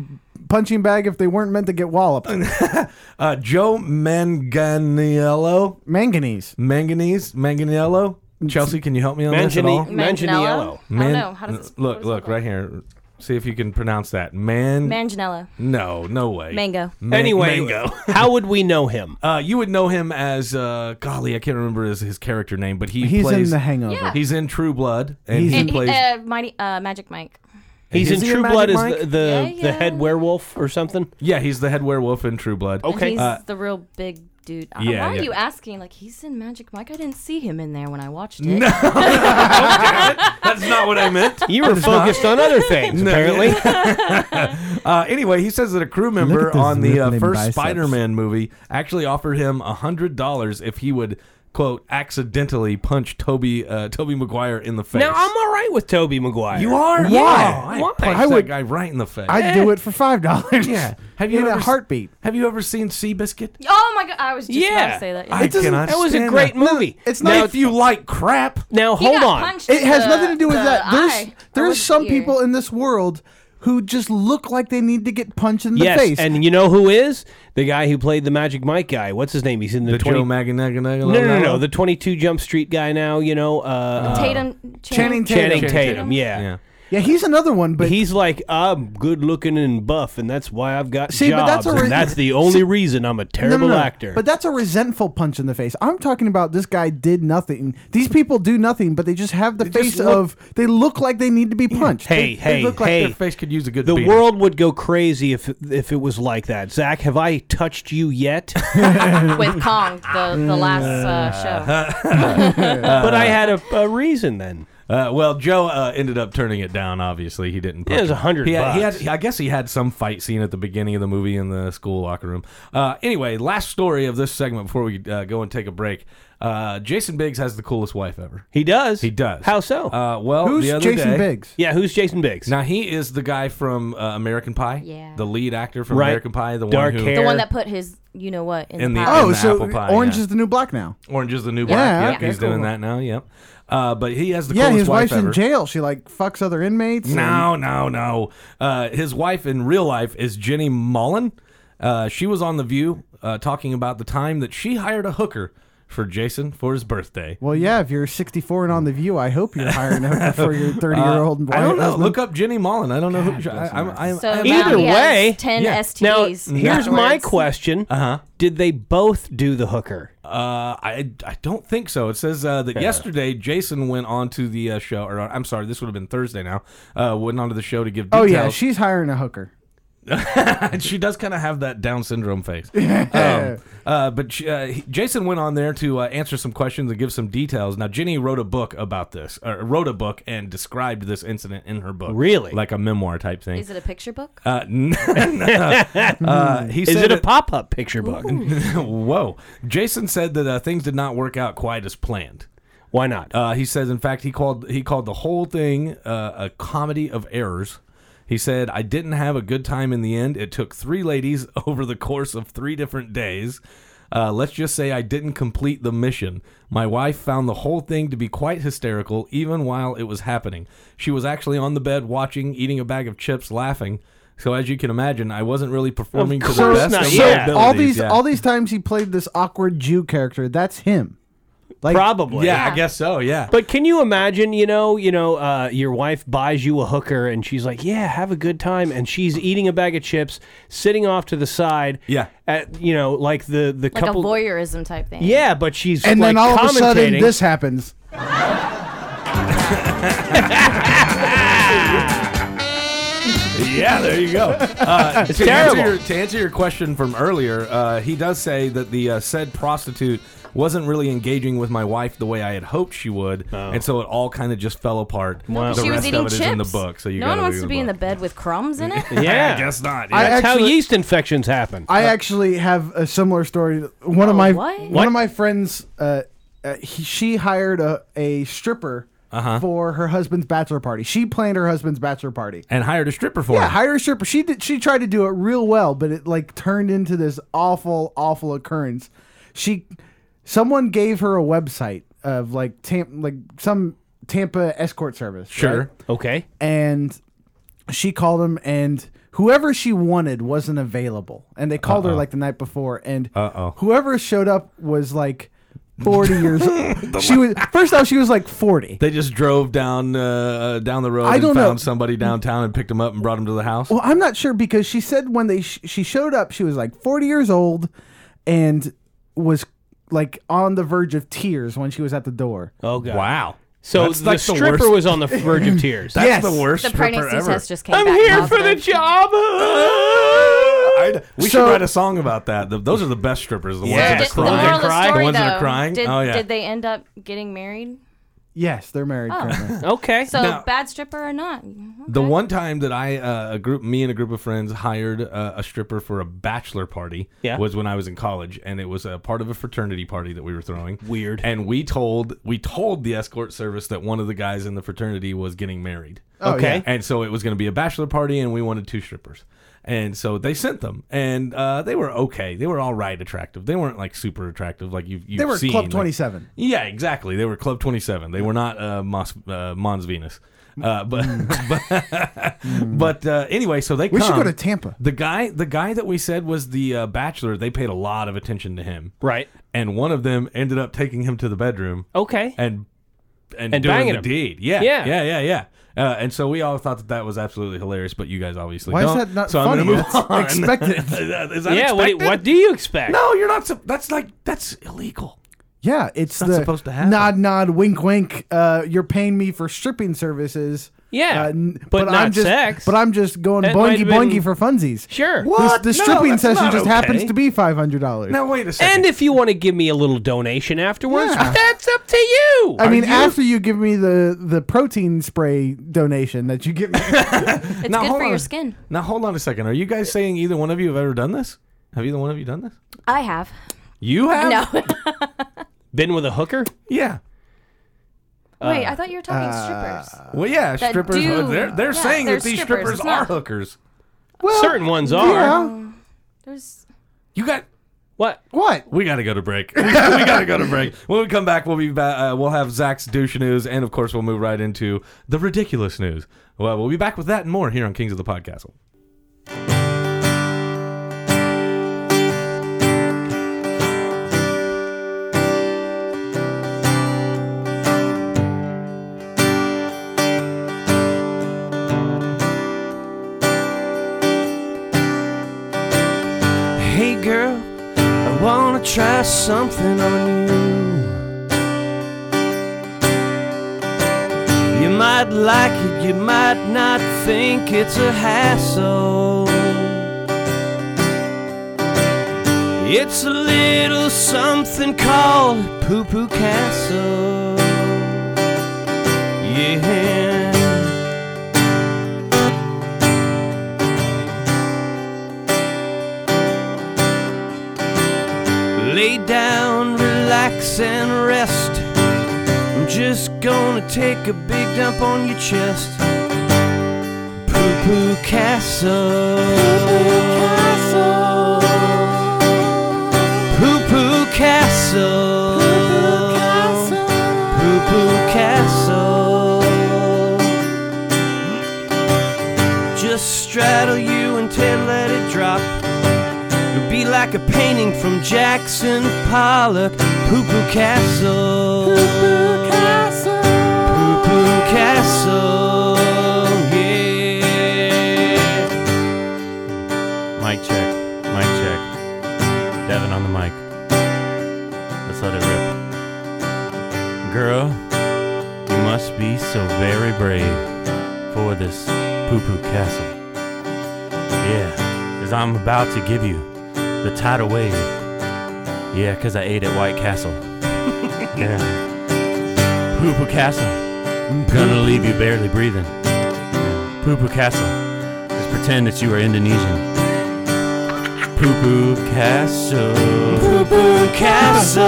Speaker 3: punching bag if they weren't meant to get walloped.
Speaker 2: Uh, Joe Manganiello,
Speaker 3: Manganese.
Speaker 2: Manganese, Manganiello. Chelsea, can you help me on this at all?
Speaker 4: Mangini- Manganiello.
Speaker 5: I
Speaker 2: Man-
Speaker 5: don't know. How does it
Speaker 2: look, look right here. See if you can pronounce that. Man.
Speaker 5: Manganello.
Speaker 2: no, no way.
Speaker 5: Mango.
Speaker 2: Man-
Speaker 4: Anyway,
Speaker 2: Mango.
Speaker 4: how would we know him?
Speaker 2: Uh, you would know him as uh, golly, I can't remember his, his character name, but he
Speaker 3: He's
Speaker 2: plays.
Speaker 3: in The Hangover.
Speaker 5: Yeah.
Speaker 2: He's in True Blood, and
Speaker 3: He's
Speaker 2: he
Speaker 5: And
Speaker 3: in-
Speaker 5: he,
Speaker 2: plays.
Speaker 5: uh, Mighty, uh, Magic Mike.
Speaker 4: He's
Speaker 2: Is
Speaker 4: in
Speaker 2: he in
Speaker 4: True
Speaker 2: Magic
Speaker 4: Blood
Speaker 2: Mike?
Speaker 4: as the the,
Speaker 5: Yeah,
Speaker 4: the
Speaker 5: yeah.
Speaker 4: head werewolf or something.
Speaker 2: yeah, he's the head werewolf in True Blood.
Speaker 5: And
Speaker 4: Okay.
Speaker 5: He's
Speaker 2: Uh,
Speaker 5: the real big dude. Uh,
Speaker 2: yeah,
Speaker 5: Why
Speaker 2: yeah.
Speaker 5: are you asking? Like, he's in Magic Mike. I didn't see him in there when I watched it.
Speaker 2: That's not what I meant.
Speaker 4: You were focused on other things, apparently.
Speaker 2: Uh, anyway, he says that a crew member
Speaker 3: at those
Speaker 2: on the uh,
Speaker 3: rippling
Speaker 2: first
Speaker 3: biceps.
Speaker 2: Spider-Man movie actually offered him hundred dollars if he would quote accidentally punch Toby uh, Toby Maguire in the face.
Speaker 4: Now I'm all right with Toby Maguire.
Speaker 2: you are
Speaker 3: Why?
Speaker 2: I
Speaker 4: Why?
Speaker 2: punched
Speaker 3: I
Speaker 2: that
Speaker 3: would-
Speaker 2: guy right in the face.
Speaker 3: I'd do it for five dollars.
Speaker 2: yeah. Have you
Speaker 3: in
Speaker 2: ever
Speaker 3: a
Speaker 2: s-
Speaker 3: heartbeat?
Speaker 2: Have you ever seen Seabiscuit?
Speaker 5: Oh my god! I was just about
Speaker 4: Yeah.
Speaker 5: to say that.
Speaker 2: I
Speaker 5: yeah.
Speaker 3: doesn't-
Speaker 2: cannot
Speaker 4: That was a
Speaker 2: stand
Speaker 4: great movie.
Speaker 3: It's
Speaker 2: Now,
Speaker 3: not-
Speaker 2: if you like crap,
Speaker 4: Now
Speaker 5: He
Speaker 4: hold
Speaker 5: got
Speaker 4: on.
Speaker 5: punched
Speaker 3: It
Speaker 5: in
Speaker 3: has
Speaker 5: the-
Speaker 3: nothing to do with
Speaker 5: the
Speaker 3: that. There's
Speaker 5: eye or with
Speaker 3: there's
Speaker 5: the
Speaker 3: some
Speaker 5: ear.
Speaker 3: people in this world who just look like they need to get punched in the
Speaker 4: yes,
Speaker 3: face.
Speaker 4: and you know who is the guy who played the Magic Mike guy? What's his name? He's in the,
Speaker 2: the Joe
Speaker 4: 20-
Speaker 2: Manganiello.
Speaker 4: No, no, no, no. The 22 Jump Street guy now, you know. Uh, uh,
Speaker 5: Tatum.
Speaker 3: Channing
Speaker 5: Channing.
Speaker 3: Tatum.
Speaker 4: Channing
Speaker 2: Channing
Speaker 4: Tatum.
Speaker 2: Tatum.
Speaker 4: Yeah.
Speaker 2: yeah.
Speaker 3: yeah, he's another one, but
Speaker 4: He's like, I'm good looking and buff, and that's why I've got
Speaker 3: See, but
Speaker 4: jobs.
Speaker 3: that's already-
Speaker 4: and that's the only reason I'm a
Speaker 3: No,
Speaker 4: terrible
Speaker 3: no, no.
Speaker 4: actor.
Speaker 3: But that's a resentful punch in the face. I'm talking about this guy did nothing. These people do nothing, but they just have the
Speaker 2: just
Speaker 3: face
Speaker 2: look-
Speaker 3: of they look like they need to be punched.
Speaker 4: hey,
Speaker 2: They
Speaker 4: hey,
Speaker 2: look like
Speaker 4: hey.
Speaker 2: their face could use a good
Speaker 4: the
Speaker 2: beating.
Speaker 4: world would go crazy if if it was like that. Zach, have I touched you yet?
Speaker 5: With Kong, the the last uh, show.
Speaker 4: but I had a, a reason then.
Speaker 2: Uh, well, Joe uh, ended up turning it down. Obviously, he didn't. punch
Speaker 4: it was
Speaker 2: him.
Speaker 4: 100
Speaker 2: He had, he
Speaker 4: bucks.
Speaker 2: had- I guess he had some fight scene at the beginning of the movie in the school locker room. Uh, anyway, last story of this segment before we uh, go and take a break. Uh, Jason Biggs has the coolest wife ever.
Speaker 4: He does.
Speaker 2: He does.
Speaker 4: How so?
Speaker 2: Uh, well,
Speaker 3: Who's
Speaker 2: the other
Speaker 3: Jason
Speaker 2: day-
Speaker 3: Biggs?
Speaker 4: yeah, who's Jason Biggs?
Speaker 2: Now he is the guy from uh, American Pie.
Speaker 5: Yeah.
Speaker 2: The lead actor from
Speaker 4: Right.
Speaker 2: American Pie. The
Speaker 4: Dark
Speaker 2: one who
Speaker 4: hair.
Speaker 5: The one that put his, you know what, in,
Speaker 2: In the-
Speaker 5: the,
Speaker 2: Oh,
Speaker 5: pot.
Speaker 3: Oh,
Speaker 2: the
Speaker 3: so
Speaker 2: apple pie,
Speaker 3: orange
Speaker 2: yeah.
Speaker 3: is the new black now.
Speaker 2: Orange is the new black.
Speaker 3: Yeah,
Speaker 2: yep,
Speaker 3: okay,
Speaker 2: he's doing
Speaker 3: cool.
Speaker 2: that now. Yep. Uh, but he has the
Speaker 3: yeah,
Speaker 2: coolest
Speaker 3: his
Speaker 2: wife
Speaker 3: wife's
Speaker 2: ever.
Speaker 3: in jail. She like fucks other inmates. and-
Speaker 2: No, no, no. Uh, his wife in real life is Jenny Mullen. Uh, she was on The View uh, talking about the time that she hired a hooker for Jason for his birthday.
Speaker 3: Well, yeah, if you're 64 and on the view, I hope you're hiring her for your 30 year old boy.
Speaker 2: I don't know. Look up Jenny Mullen. I don't know who. I, I'm, I'm,
Speaker 5: So
Speaker 2: I'm-
Speaker 5: now
Speaker 4: Either
Speaker 5: he has
Speaker 4: way-
Speaker 5: ten
Speaker 2: Yeah.
Speaker 4: Now,
Speaker 5: STDs.
Speaker 4: here's my
Speaker 5: afterwards.
Speaker 4: question. Uh-huh. Did they both do the hooker?
Speaker 2: uh, I, I don't think so. It says uh, that yesterday Jason went on to the uh, show, or I'm sorry, this would have been Thursday now. Uh, went onto the show to give
Speaker 3: Oh,
Speaker 2: details.
Speaker 3: yeah, she's hiring a hooker.
Speaker 2: and she does kind of have that Down syndrome face. Um, uh, but she, uh, he- Jason went on there to uh, answer some questions and give some details. Now, Jenny wrote a book about this, or wrote a book and described this incident in her book.
Speaker 4: Really?
Speaker 2: Like a memoir type thing.
Speaker 5: Is it a picture book?
Speaker 2: uh, n- uh, he
Speaker 4: Is
Speaker 2: said
Speaker 4: it a
Speaker 2: that-
Speaker 4: pop up picture book?
Speaker 2: Whoa. Jason said that uh, things did not work out quite as planned.
Speaker 4: Why not?
Speaker 2: Uh, he says, in fact, he called he called the whole thing uh, a comedy of errors. He said, "I didn't have a good time in the end. It took three ladies over the course of three different days. Uh, let's just say I didn't complete the mission. My wife found the whole thing to be quite hysterical, even while it was happening. She was actually on the bed watching, eating a bag of chips, laughing." So as you can imagine, I wasn't really performing to the
Speaker 4: course
Speaker 2: best
Speaker 4: not.
Speaker 2: of
Speaker 3: So
Speaker 2: my
Speaker 4: Ah, Yeah.
Speaker 2: abilities.
Speaker 3: all these
Speaker 2: Yeah.
Speaker 3: all these times he played this awkward Jew character. That's him. Like,
Speaker 4: Probably.
Speaker 2: yeah, I guess so. Yeah,
Speaker 4: But can you imagine, you know, you know, uh, your wife buys you a hooker and she's like, "Yeah, have a good time," and she's eating a bag of chips, sitting off to the side,
Speaker 2: Yeah.
Speaker 4: at you know, like the the
Speaker 5: like
Speaker 4: couple,
Speaker 5: a voyeurism type thing.
Speaker 4: yeah, but she's
Speaker 3: And then
Speaker 4: like,
Speaker 3: all of a sudden,
Speaker 4: commentating.
Speaker 3: this happens.
Speaker 2: Yeah, there you go. Uh, to,
Speaker 4: terrible.
Speaker 2: Answer your, to answer your question from earlier, uh, he does say that the uh, said prostitute wasn't really engaging with my wife the way I had hoped she would,
Speaker 4: Oh.
Speaker 2: and so it all kind of just fell apart.
Speaker 5: No,
Speaker 2: the
Speaker 5: she
Speaker 2: rest
Speaker 5: was eating
Speaker 2: of it is
Speaker 5: chips.
Speaker 2: in the book, so you
Speaker 5: no one
Speaker 2: gotta
Speaker 5: wants
Speaker 2: read
Speaker 5: to be in the bed with crumbs in it.
Speaker 2: book.
Speaker 4: Yeah.
Speaker 2: I guess not.
Speaker 3: I
Speaker 2: yeah.
Speaker 4: That's how
Speaker 3: Actually-
Speaker 4: yeast infections happen.
Speaker 3: I actually have a similar story. One of
Speaker 5: Oh,
Speaker 3: my
Speaker 5: what?
Speaker 3: one
Speaker 5: What?
Speaker 3: of my friends, uh, uh, he, she hired a, a stripper
Speaker 2: Uh-huh.
Speaker 3: for her husband's bachelor party. She planned her husband's bachelor party.
Speaker 2: and hired a stripper for
Speaker 3: Yeah,
Speaker 2: him.
Speaker 3: hire a stripper. She did. She tried to do it real well, but it like turned into this awful, awful occurrence. She, someone gave her a website of like tam like some Tampa escort service.
Speaker 2: Sure.
Speaker 3: right?
Speaker 4: okay.
Speaker 3: and she called him and whoever she wanted wasn't available and they called her like the night before and
Speaker 2: Uh-oh.
Speaker 3: whoever showed up was like 40 years old she was first off she was like 40
Speaker 2: They just drove down uh, down the road
Speaker 3: I don't
Speaker 2: and
Speaker 3: know.
Speaker 2: found somebody downtown and picked him up and brought him to the house.
Speaker 3: well i'm not sure because she said when they sh- she showed up she was like 40 years old and was like on the verge of tears when she was at the door
Speaker 4: Oh god.
Speaker 2: wow.
Speaker 4: So
Speaker 2: That's
Speaker 4: the
Speaker 2: like the
Speaker 4: stripper
Speaker 2: worst-
Speaker 4: was on the verge of tears.
Speaker 2: That's
Speaker 3: Yes.
Speaker 2: the worst
Speaker 5: The
Speaker 2: stripper
Speaker 5: pregnancy
Speaker 2: ever.
Speaker 5: test just came back positive.
Speaker 4: job.
Speaker 2: I'd- we
Speaker 3: So-
Speaker 2: should write a song about that. The- those are the best strippers. The ones
Speaker 5: So
Speaker 4: Yeah.
Speaker 2: that
Speaker 5: did-
Speaker 2: are
Speaker 5: the
Speaker 2: crying.
Speaker 5: moral of
Speaker 4: They
Speaker 5: the
Speaker 4: cry?
Speaker 5: story,
Speaker 2: The ones that are
Speaker 5: though,
Speaker 2: crying?
Speaker 5: Did,
Speaker 2: Oh, yeah.
Speaker 5: did they end up getting married?
Speaker 3: yes they're married
Speaker 5: Oh.
Speaker 3: currently.
Speaker 4: Okay.
Speaker 5: So
Speaker 2: Now-
Speaker 5: bad stripper or not?
Speaker 2: The one time that I, uh, a group, me and a group of friends hired uh, a stripper for a bachelor party
Speaker 4: Yeah.
Speaker 2: was when I was in college, and it was a part of a fraternity party that we were throwing.
Speaker 4: Weird.
Speaker 2: And we told we told the escort service that one of the guys in the fraternity was getting married.
Speaker 3: Oh,
Speaker 4: Okay.
Speaker 3: yeah.
Speaker 2: And so it was going to be a bachelor party, and we wanted two strippers. And so they sent them, and uh, they were okay. They were all right, attractive. They weren't like super attractive, like you've, you've
Speaker 3: they were
Speaker 2: seen.
Speaker 3: club
Speaker 2: like-
Speaker 3: 27
Speaker 2: yeah, exactly. They were Club 27. They were not uh, Mos- uh, Mons Venus.
Speaker 3: Mm.
Speaker 2: Uh, but but, but uh, anyway, so they
Speaker 3: we should
Speaker 2: come.
Speaker 3: go to tampa
Speaker 2: The guy, the guy that we said was the uh, bachelor, they paid a lot of attention to him.
Speaker 4: right.
Speaker 2: And one of them ended up taking him to the bedroom
Speaker 4: Okay.
Speaker 2: and and,
Speaker 4: And
Speaker 2: doing
Speaker 4: banging
Speaker 2: the
Speaker 4: him.
Speaker 2: deed. Yeah,
Speaker 4: Yeah.
Speaker 2: yeah, yeah, yeah. Uh, and so we all thought that that was absolutely hilarious, but you guys obviously
Speaker 3: Why is
Speaker 2: don't.
Speaker 3: that not
Speaker 2: so
Speaker 3: funny?
Speaker 2: I'm gonna move
Speaker 3: That's
Speaker 2: on.
Speaker 3: expected.
Speaker 2: is that
Speaker 4: Yeah. What,
Speaker 2: expected?
Speaker 4: what do you expect?
Speaker 2: No, you're not. sup- That's like that's illegal.
Speaker 3: Yeah, it's
Speaker 2: not
Speaker 3: the
Speaker 2: supposed to happen.
Speaker 3: Nod, nod, wink, wink. Uh, you're paying me for stripping services.
Speaker 4: Yeah,
Speaker 3: uh, n-
Speaker 4: but
Speaker 3: I'm
Speaker 4: not
Speaker 3: just,
Speaker 4: sex.
Speaker 3: But I'm just going
Speaker 4: That
Speaker 3: boingy
Speaker 4: might have been-
Speaker 3: boingy for funsies.
Speaker 4: Sure.
Speaker 3: This-
Speaker 2: What?
Speaker 3: The
Speaker 2: No,
Speaker 3: stripping
Speaker 2: that's
Speaker 3: session
Speaker 2: not
Speaker 3: just happens
Speaker 2: okay.
Speaker 3: to be five hundred dollars.
Speaker 2: Now wait a second.
Speaker 4: And if you want to give me a little donation afterwards,
Speaker 3: Yeah.
Speaker 4: that's up to you.
Speaker 3: I mean,
Speaker 2: you-
Speaker 3: after you give me the the protein spray donation that you give me,
Speaker 5: It's
Speaker 2: Now,
Speaker 5: good
Speaker 2: hold
Speaker 5: for your
Speaker 2: on.
Speaker 5: skin.
Speaker 2: Now hold on a second. Are you guys saying either one of you have ever done this? Have either one of you done this?
Speaker 5: I have. Um,
Speaker 2: You have?
Speaker 5: No.
Speaker 4: Been with a hooker?
Speaker 2: Yeah.
Speaker 5: Wait, I thought you were talking
Speaker 2: uh,
Speaker 5: strippers.
Speaker 2: Well, yeah.
Speaker 5: That
Speaker 2: strippers.
Speaker 5: do-
Speaker 2: they're they're
Speaker 5: yeah,
Speaker 2: saying
Speaker 5: they're
Speaker 2: that these
Speaker 5: strippers. It's
Speaker 2: strippers are
Speaker 5: not-
Speaker 2: hookers.
Speaker 3: well,
Speaker 4: Certain ones are.
Speaker 3: Yeah.
Speaker 5: There's
Speaker 2: You got.
Speaker 4: What?
Speaker 3: What?
Speaker 2: We gotta go to break. we gotta go to break. When we come back, we'll be ba- uh, we'll have Zach's douche news, and of course, we'll move right into the ridiculous news. Well, we'll be back with that and more here on Kings of the Podcastle.
Speaker 4: Hey girl, I wanna try something on you. You might like it, you might not think it's a hassle.
Speaker 6: It's a little something called Poo Poo Castle. Yeah. Lay down, relax, and rest. I'm just gonna take a big dump on your chest. Poo Poo Castle. Poo Poo Castle. Poo Poo Castle. Just straddle you until let it drop. You'll be like a painting from Jackson Pollock. Poo Poo Castle. Poo Poo Castle. Yeah. Mic check. Mic check. Devin on the mic. Let's let it rip. Girl, you must be so very brave for this poo poo castle. Yeah, as I'm about to give you the tidal wave. Yeah, 'cause I ate at White Castle. yeah. Poo poo castle. I'm gonna leave you barely breathing. Yeah. Poo poo castle. Just pretend that you are Indonesian. Poo Poo Castle. Poo Poo Castle.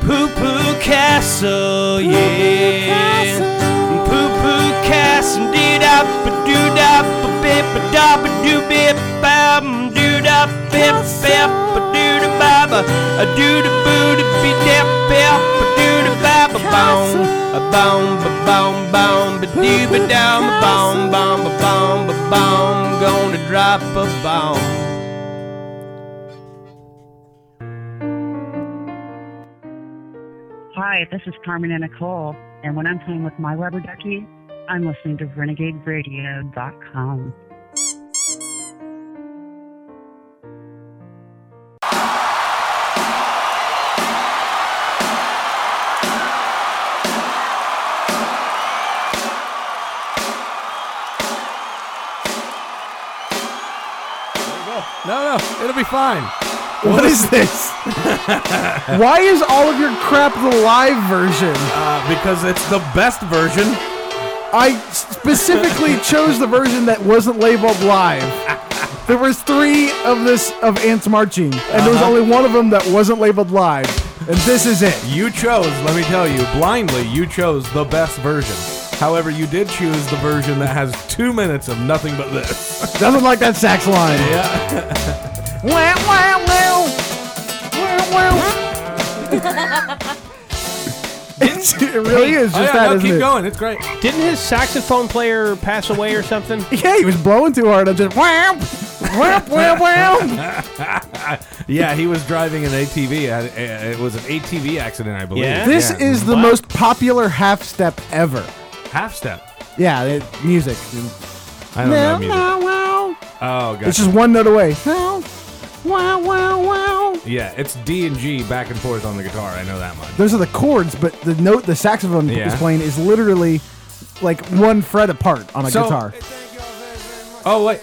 Speaker 6: Poo Poo Castle, yeah. Poo Poo Castle. Dee da ba doo da ba bip ba da ba doo bip ba doo da bip bip ba doo da ba ba a doo da boo da be dip bip ba doo da ba ba boom a boom ba boom boom ba doo ba down ba boom boom ba boom ba boom gonna drop a bomb.
Speaker 9: Hi, this is Carmen and Nicole, and when I'm playing with my rubber ducky, I'm listening to RenegadeRadio.com.
Speaker 2: No, no, it'll be fine.
Speaker 3: What is this? Why is all of your crap the live version?
Speaker 2: Uh, because it's the best version.
Speaker 3: I specifically chose the version that wasn't labeled live. There was three of this of ants marching, and there was
Speaker 2: Uh-huh.
Speaker 3: only one of them that wasn't labeled live, and this is it.
Speaker 2: You chose, let me tell you, blindly, you chose the best version. However, you did choose the version that has two minutes of nothing but this.
Speaker 3: Doesn't like that sax line.
Speaker 2: Yeah.
Speaker 3: Wah, wah, wah. Wah, wah. It's- it really is just
Speaker 2: Oh, yeah,
Speaker 3: that,
Speaker 2: no,
Speaker 3: isn't
Speaker 2: keep
Speaker 3: it?
Speaker 2: going. It's great.
Speaker 6: Didn't his saxophone player pass away or something?
Speaker 3: Yeah, he was blowing too hard. I just wow, wow, wow, wow.
Speaker 2: Yeah, he was driving an ATV. Uh, uh, It was an ATV accident, I believe.
Speaker 6: Yeah?
Speaker 3: This
Speaker 2: Yeah.
Speaker 3: is the
Speaker 6: Wow.
Speaker 3: most popular half step ever.
Speaker 2: half step.
Speaker 3: Yeah, it, music.
Speaker 2: I don't know music.
Speaker 3: wow.
Speaker 2: Oh, god.
Speaker 3: It's just one note away. Wow, wow, wow, wow.
Speaker 2: yeah, it's D and G back and forth on the guitar. I know that much.
Speaker 3: Those are the chords, but the note the saxophone
Speaker 2: Yeah.
Speaker 3: is playing is literally like one fret apart on a
Speaker 2: So-
Speaker 3: guitar.
Speaker 2: Oh wait,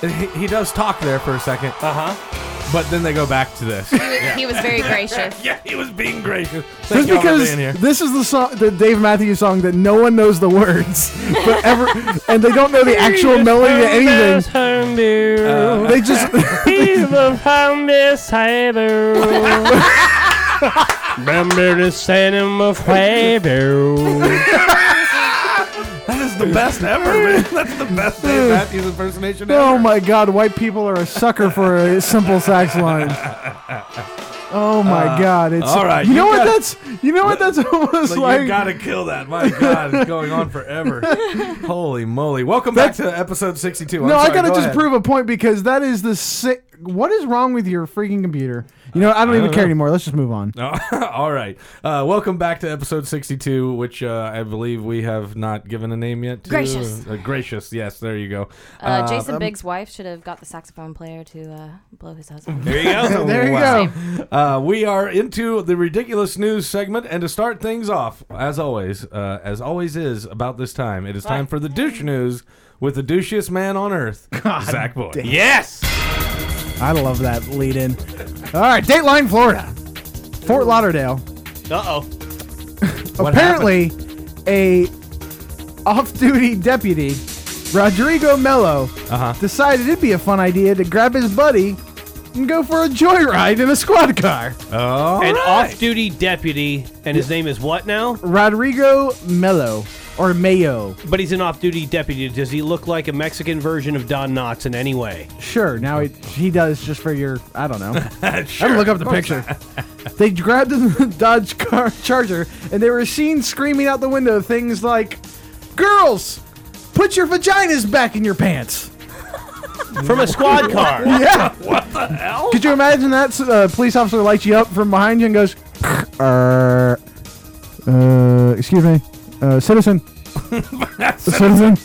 Speaker 2: he, he does talk there for a second. Uh huh. But then they go back to this.
Speaker 5: He was very gracious. Uh,
Speaker 2: yeah, he was being gracious. Thank
Speaker 3: Just
Speaker 2: y'all for
Speaker 3: because
Speaker 2: being here.
Speaker 3: this is the song, the Dave Matthews song that no one knows the words, but ever, and they don't know the actual melody to anything. Uh. They just
Speaker 6: Remember the Santa of Faber.
Speaker 2: That is the best ever, man. That's the best Dave Matthews impersonation ever.
Speaker 3: Oh my God! White people are a sucker for a simple sax line. Oh my God! It's
Speaker 2: Uh, all right,
Speaker 3: You,
Speaker 2: you
Speaker 3: know what
Speaker 2: gotta-
Speaker 3: that's you know what that's almost
Speaker 2: Like,
Speaker 3: like.
Speaker 2: you gotta kill that. My God, it's going on forever. Holy moly! Welcome back to episode sixty-two. I'm
Speaker 3: no, I
Speaker 2: sorry,
Speaker 3: gotta
Speaker 2: go
Speaker 3: just
Speaker 2: ahead.
Speaker 3: prove a point because that is the sick. What is wrong with your freaking computer? You know, what? I don't even
Speaker 2: don't
Speaker 3: care
Speaker 2: know.
Speaker 3: anymore. Let's just move on.
Speaker 2: No. All right. Uh, welcome back to episode 62, which uh, I believe we have not given a name yet to.
Speaker 5: Gracious.
Speaker 2: Uh, gracious. Yes, there you go.
Speaker 5: Uh, Jason
Speaker 2: um,
Speaker 5: Biggs' wife should have got the saxophone player to uh, blow his husband.
Speaker 6: There you go.
Speaker 3: There you
Speaker 2: Wow.
Speaker 3: go.
Speaker 2: Uh, we are into the ridiculous news segment, and to start things off, as always, uh, as always is about this time, it is time for the douche news with the douchiest man on earth, Zach Boyd.
Speaker 6: Yes.
Speaker 3: I love that lead in. All right, Dateline Florida. Fort Lauderdale.
Speaker 4: Uh oh.
Speaker 3: Apparently, a off-duty deputy, Rodrigo Mello,
Speaker 2: Uh-huh.
Speaker 3: decided it'd be a fun idea to grab his buddy and go for a joyride in a squad car.
Speaker 2: Oh.
Speaker 4: An off-duty deputy, and his name is what now?
Speaker 3: Rodrigo Mello or Mayo.
Speaker 4: But he's an off-duty deputy. Does he look like a Mexican version of Don Knotts in any way?
Speaker 3: Sure. Now he, he does just for your I don't know. I look up the picture. they grabbed the Dodge car Charger and they were seen screaming out the window things like, "Girls, put your vaginas back in your pants."
Speaker 4: From a squad car.
Speaker 3: Yeah. What the hell? Could you imagine that? S- Uh, police officer lights you up from behind you and goes, "Uh, uh excuse me, uh, citizen, citizen,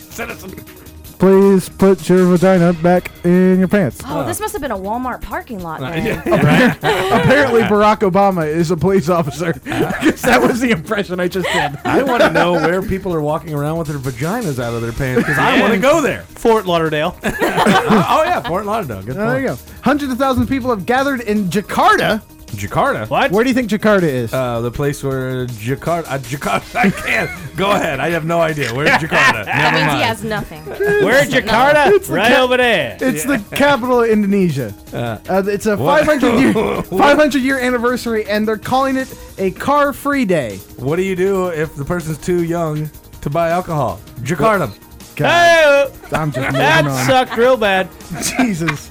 Speaker 3: please put your vagina back in your pants."
Speaker 5: Oh, this must have been a Walmart parking lot
Speaker 2: Uh,
Speaker 5: then.
Speaker 3: Apparently, Barack Obama is a police officer. 'Cause that was the impression I just did.
Speaker 2: I want to know where people are walking around with their vaginas out of their pants because I want to go there.
Speaker 4: Fort Lauderdale.
Speaker 2: oh yeah, Fort Lauderdale. Good
Speaker 3: There you
Speaker 2: point.
Speaker 3: go. Hundreds of thousands of people have gathered in Jakarta.
Speaker 2: Jakarta.
Speaker 4: What?
Speaker 3: Where do you think Jakarta is?
Speaker 2: Uh, the place where Jakarta. Uh, Jakarta. I can't. go ahead. I have no idea. Where's Jakarta?
Speaker 5: That
Speaker 2: Never
Speaker 5: means he
Speaker 2: mind.
Speaker 5: has nothing.
Speaker 4: Where Jakarta? right over there.
Speaker 3: it's the capital of Indonesia. Uh, it's a 500 year, 500 year anniversary, and they're calling it a car free day.
Speaker 2: What do you do if the person's too young to buy alcohol? Jakarta.
Speaker 3: God,
Speaker 4: Oh,
Speaker 3: I'm just moving
Speaker 4: that
Speaker 3: on.
Speaker 4: sucked real bad.
Speaker 3: Jesus.